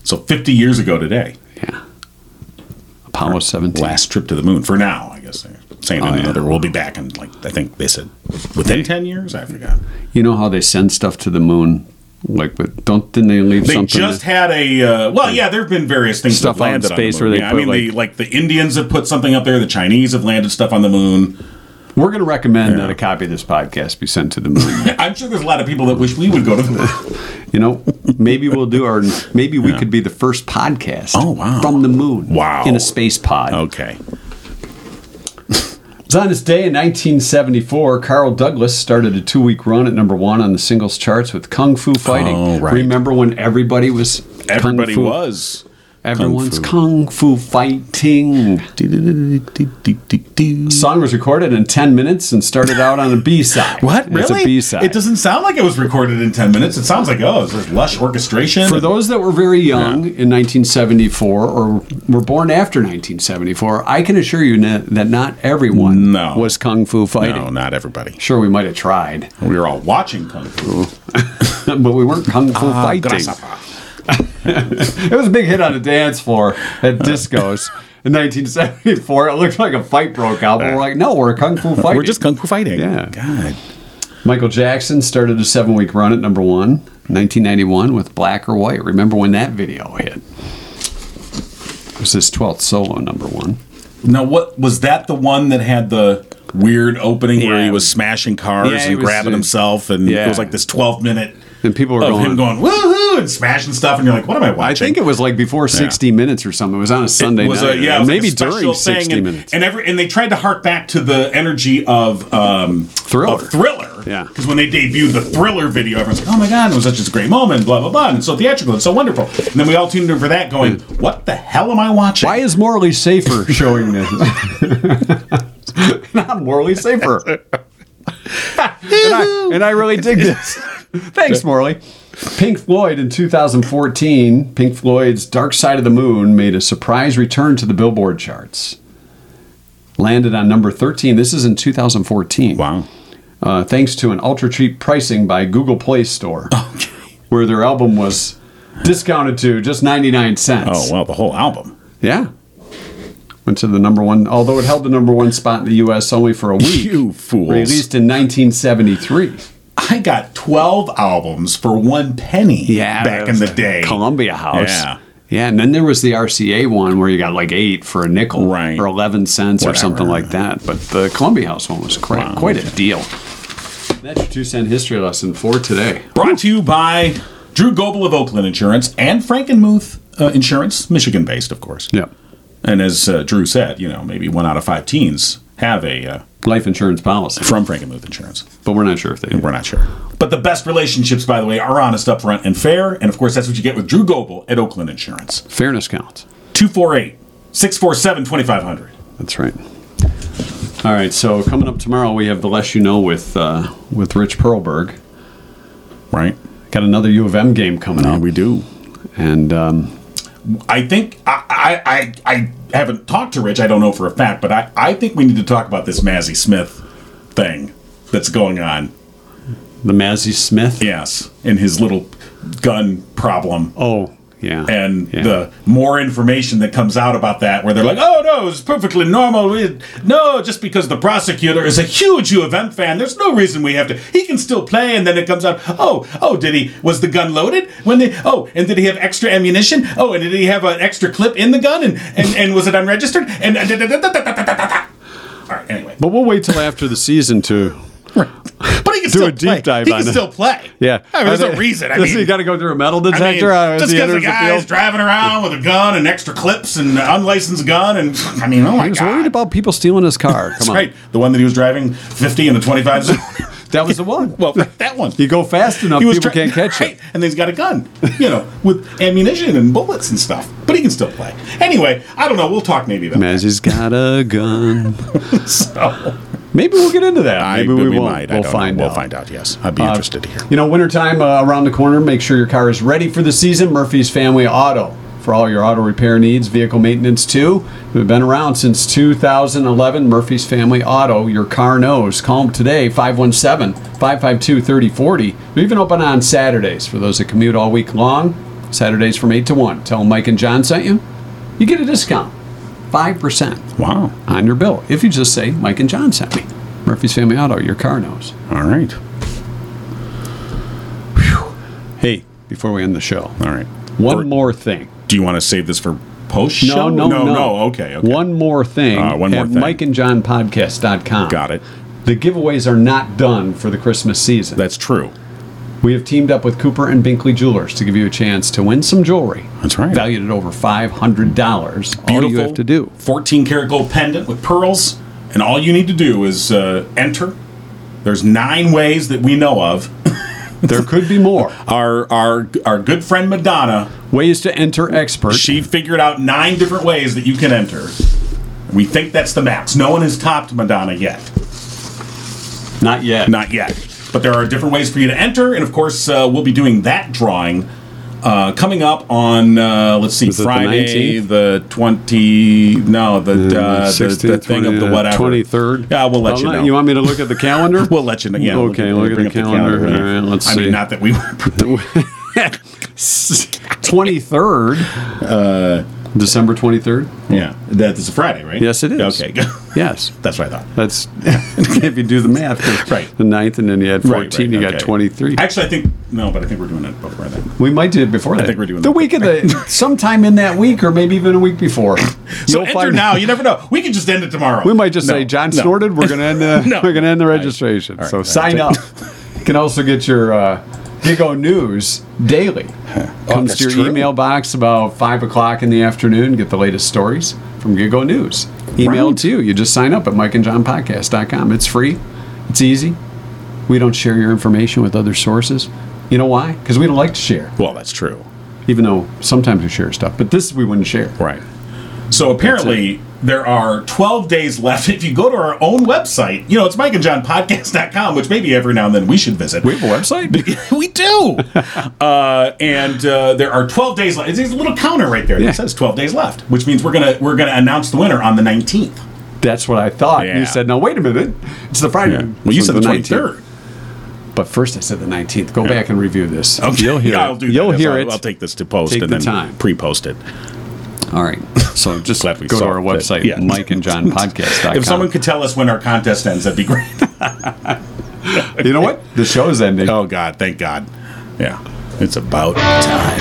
C: So 50 years ago today,
B: Yeah. Apollo 17.
C: last trip to the moon for now, I guess. They're saying
B: Oh,
C: in
B: yeah.
C: another, we'll be back in like I think they said within 10 years. I forgot.
B: You know how they send stuff to the moon? Like, with, don't, didn't they leave
C: They
B: something?
C: just had a uh, well, yeah. There have been various things
B: Stuff
C: that
B: out
C: have
B: in
C: landed on the
B: space
C: moon.
B: where they
C: yeah,
B: put,
C: I mean, the, like the Indians have put something up there. The Chinese have landed stuff on the moon.
B: We're going to recommend that a copy of this podcast be sent to the moon. [laughs]
C: I'm sure there's a lot of people that wish we would go to the moon.
B: you know, maybe we'll do our, maybe we could be the first podcast
C: Oh, wow.
B: from the moon.
C: Wow.
B: In a space pod.
C: okay,
B: It was on this day in 1974, Carl Douglas started a two week run at number one on the singles charts with Kung Fu Fighting.
C: Oh, right.
B: Remember when everybody was.
C: everybody
B: Kung Fu-
C: was.
B: Everyone's
C: Fu.
B: Kung Fu Fighting. The song was recorded in 10 minutes and started out on a B-side.
C: [laughs] What
B: It's
C: really?
B: a B-side.
C: It doesn't sound like it was recorded in ten minutes. It sounds like oh, it's just lush orchestration.
B: For those that were very young in 1974 or were born after 1974, I can assure you na- that not everyone
C: No.
B: was Kung Fu Fighting.
C: no, not everybody.
B: Sure, we might have tried, [laughs]
C: We were all watching Kung Fu
B: but we weren't Kung Fu
C: Ah,
B: Fighting.
C: Grasshopper.
B: It was a big hit on a dance floor at
C: [laughs]
B: discos. In 1974, it looked like a fight broke out, but we're like, no, we're Kung Fu Fighting.
C: Eh. [laughs] We're just Kung Fu fighting.
B: Yeah.
C: God.
B: Michael Jackson started a seven week run at number one, 1991, with Black or White. Remember when that video hit? It was his 12th solo number one.
C: Now, what was that? The one that had the weird opening where
B: Yeah.
C: he was smashing cars
B: Yeah, he
C: and
B: was,
C: grabbing
B: uh,
C: himself, and
B: yeah.
C: it was like this twelve minute
B: And people were
C: of
B: going,
C: him going woohoo and smashing stuff, and you're like, what am I
B: I
C: watching?
B: think it was like before 60 Minutes or something. It was on a Sunday
C: was
B: night.
C: a, yeah, it
B: or
C: was like a
B: maybe
C: special
B: during
C: thing,
B: 60
C: and,
B: Minutes.
C: and every and they tried to hark back to the energy of um,
B: Thriller.
C: of thriller,
B: Yeah.
C: Because when they debuted the thriller video, everyone's like, "Oh my god, it was such a great moment!" Blah blah blah, and it's so theatrical, it's so wonderful. And then we all tuned in for that, going, "What the hell am I watching?"
B: Hmm. Why is Morley Safer showing
C: [laughs]
B: this? Not Morley Safer. and, I, and I really dig this. Thanks, Morley. Pink Floyd in 2014, Pink Floyd's Dark Side of the Moon made a surprise return to the Billboard charts. Landed on number 13. This is in 2014.
C: wow,
B: Uh, thanks to an ultra cheap pricing by Google Play Store, where their album was discounted to just 99 cents.
C: oh well, the whole album.
B: Yeah. Went to the number one, although it held the number one spot in the U.S. only for a week.
C: You fools.
B: Released in 1973.
C: I got 12 albums for one penny back in the day.
B: Columbia House.
C: Yeah.
B: Yeah, and then there was the RCA one where you got like eight for a nickel
C: Right.
B: or 11 cents or
C: Whatever.
B: something like that. But the Columbia House one was quite, quite a deal. That's your two cent history lesson for today.
C: Brought to you by Drew Goble of Oakland Insurance and Frankenmuth uh, Insurance, Michigan based, of course.
B: Yep.
C: And as uh, Drew said, you know, maybe one out of five teens have a uh,
B: Life insurance policy,
C: from Frankenmuth Insurance.
B: but we're not sure if they do.
C: We're not sure. But the best relationships, by the way, are honest, upfront, and fair. And of course, that's what you get with Drew Goble at Oakland Insurance.
B: Fairness counts.
C: 248 647 2500.
B: That's right. All right, so coming up tomorrow, we have the less you know with uh, with Rich Perlberg.
C: Right?
B: Got another U of M game coming up,
C: do.
B: and um,
C: I think I, I I I haven't talked to Rich. I don't know for a fact, but I I think we need to talk about this Mazzy Smith thing that's going on.
B: the Mazzy Smith.
C: Yes, and his little gun problem.
B: Oh, yeah.
C: And
B: Yeah.
C: the more information that comes out about that, where they're like, "Oh no, it's perfectly normal." We, no, just because the prosecutor is a huge U of M fan, there's no reason we have to. He can still play. And then it comes out, "Oh, oh, did he? Was the gun loaded? When they? Oh, and did he have extra ammunition? Oh, and did he have an extra clip in the gun? And and, and was it unregistered? And da, da, da, da, da, da, da, da, da. all right, anyway.
B: but we'll wait till after the season to.
C: But he can
B: do
C: still
B: a deep
C: play.
B: dive
C: He
B: on
C: can
B: it.
C: still play.
B: Yeah.
C: [laughs] I mean, there's
B: Are
C: no
B: they-
C: reason. I
B: does [laughs]
C: mean,
B: you got to go through a metal
C: I mean,
B: detector. uh, at
C: just
B: the
C: because
B: end
C: the
B: of the
C: guy's
B: field?
C: driving around with a gun and extra clips and unlicensed gun, and I mean, oh my
B: He was
C: god,
B: worried about people stealing his car. Come
C: That's
B: on.
C: right. The one that he was driving 50 in the 25 zone. [laughs]
B: That was the one. [laughs]
C: well, that one.
B: you go fast enough,
C: He was
B: people
C: try-
B: can't catch you.
C: Right. And then he's got a gun, you know, with ammunition and bullets and stuff. But he can still play. Anyway, I don't know. We'll talk maybe about
B: Mazzy's got a gun.
C: that. [laughs] So,
B: Maybe we'll get into that. Maybe we, won't.
C: might. I
B: We'll
C: don't
B: find
C: know.
B: out. Uh,
C: We'll find out, yes. I'd be interested to hear.
B: You know, wintertime uh, around the corner, make sure your car is ready for the season. Murphy's Family Auto for all your auto repair needs, vehicle maintenance too. We've been around since 2011. Murphy's Family Auto, your car knows. Call them today, 517 552 3040. They're even open on Saturdays for those that commute all week long. Saturdays from 8 to 1. Tell them Mike and John sent you. You get a discount 5%
C: Wow.
B: on your bill if you just say Mike and John sent me. Murphy's Family Auto, your car knows.
C: All right.
B: Hey, before we end the show,
C: All right.
B: one
C: Or-
B: more thing.
C: Do you want to save this for post
B: No,
C: show?
B: no, no,
C: no. Okay, okay.
B: One more thing.
C: Uh, one more
B: at
C: thing.
B: MikeandJohnPodcast.com.
C: Got it.
B: The giveaways are not done for the Christmas season.
C: That's true.
B: we have teamed up with Cooper and Binkley Jewelers to give you a chance to win some jewelry.
C: That's right.
B: Valued at over $500. All
C: Beautiful.
B: you have to do.
C: 14 karat gold pendant with pearls. And all you need to do is uh, enter. There's nine ways that we know of. [laughs]
B: There could be more.
C: Our our our good friend Madonna
B: Ways to enter expert.
C: She figured out nine different ways that you can enter. We think that's the max. No one has topped Madonna yet.
B: not yet.
C: Not yet. But there are different ways for you to enter, and of course, uh, we'll be doing that drawing uh, coming up on uh, let's see,
B: it the
C: Friday
B: 19th?
C: the twenty. No, the uh, the, the,
B: 16th,
C: thing of the
B: 20th,
C: whatever
B: 23rd.
C: Yeah, we'll let
B: Well,
C: you
B: not-
C: know.
B: You want me to look at the calendar?
C: [laughs] we'll let you know. Yeah, we'll
B: okay,
C: bring-
B: look at
C: bring
B: the
C: up
B: calendar.
C: yeah.
B: All right, let's
C: I
B: see.
C: mean, not that we were. [laughs]
B: 23rd. December 23rd?
C: uh, yeah, that's a Friday, right?
B: Yes, it is.
C: Okay, good. [laughs]
B: Yes.
C: that's what I thought.
B: That's [laughs] if you do the math. 'cause
C: [laughs] Right.
B: The ninth, and then you had fourteen.
C: Right,
B: you
C: right,
B: got
C: okay.
B: twenty-three.
C: Actually, I think no, but I think we're doing it before that.
B: we might do it before that.
C: think we're doing
B: the
C: that.
B: week of the
C: [laughs]
B: sometime in that week, or maybe even a week before.
C: So
B: You'll
C: enter
B: find- [laughs]
C: now. You never know. We can just end it tomorrow.
B: We might just
C: No,
B: say John
C: no.
B: snorted. We're gonna end. The,
C: [laughs] No.
B: [laughs] We're gonna end the registration.
C: right,
B: so
C: all right,
B: sign
C: take-
B: up. you can also get your uh, Gigo News daily. Comes
C: that's
B: to your
C: true.
B: email box about five o'clock in the afternoon. Get the latest stories from Gigo News. Email
C: Right.
B: to you. You just sign up at MikeandJohnPodcast.com. It's free. It's easy. We don't share your information with other sources. You know why? Because we don't like to share,
C: Well, that's true.
B: even though sometimes we share stuff. But this we wouldn't share.
C: Right. So apparently there are 12 days left. [laughs] If you go to our own website, you know, it's mikeandjohnpodcast.com, which maybe every now and then we should visit.
B: We have a website.
C: [laughs] we do.
B: [laughs]
C: uh, and uh, there are 12 days left. There's a little counter right there
B: Yeah.
C: that says 12 days left, which means we're going to we're going to announce the winner on the 19th.
B: That's what I thought.
C: Yeah.
B: You said, "Now wait a minute, it's the Friday."
C: Well, you
B: So
C: said the
B: 19th.
C: 23rd.
B: But first, I said the 19th. Go back and review this. You'll
C: [laughs]
B: hear
C: I'll
B: it.
C: do that.
B: You'll
C: That's
B: hear
C: all.
B: it.
C: I'll take this to post
B: Take
C: and
B: the
C: then
B: time.
C: pre-post it.
B: All
C: [laughs]
B: right. So just
C: Glad we
B: go to [laughs]
C: solved
B: our
C: that.
B: website,
C: Yeah. [laughs]
B: mikeandjohnpodcast.com.
C: If someone could tell us when our contest ends, that'd be great.
B: you
C: [laughs]
B: know what? The show's ending.
C: Oh God, thank God. Yeah. It's about time.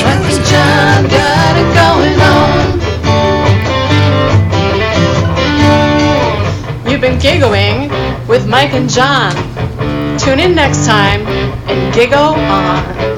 A: Michael John got it going on.
F: You've been giggling with Mike and John. Tune in next time and giggle on.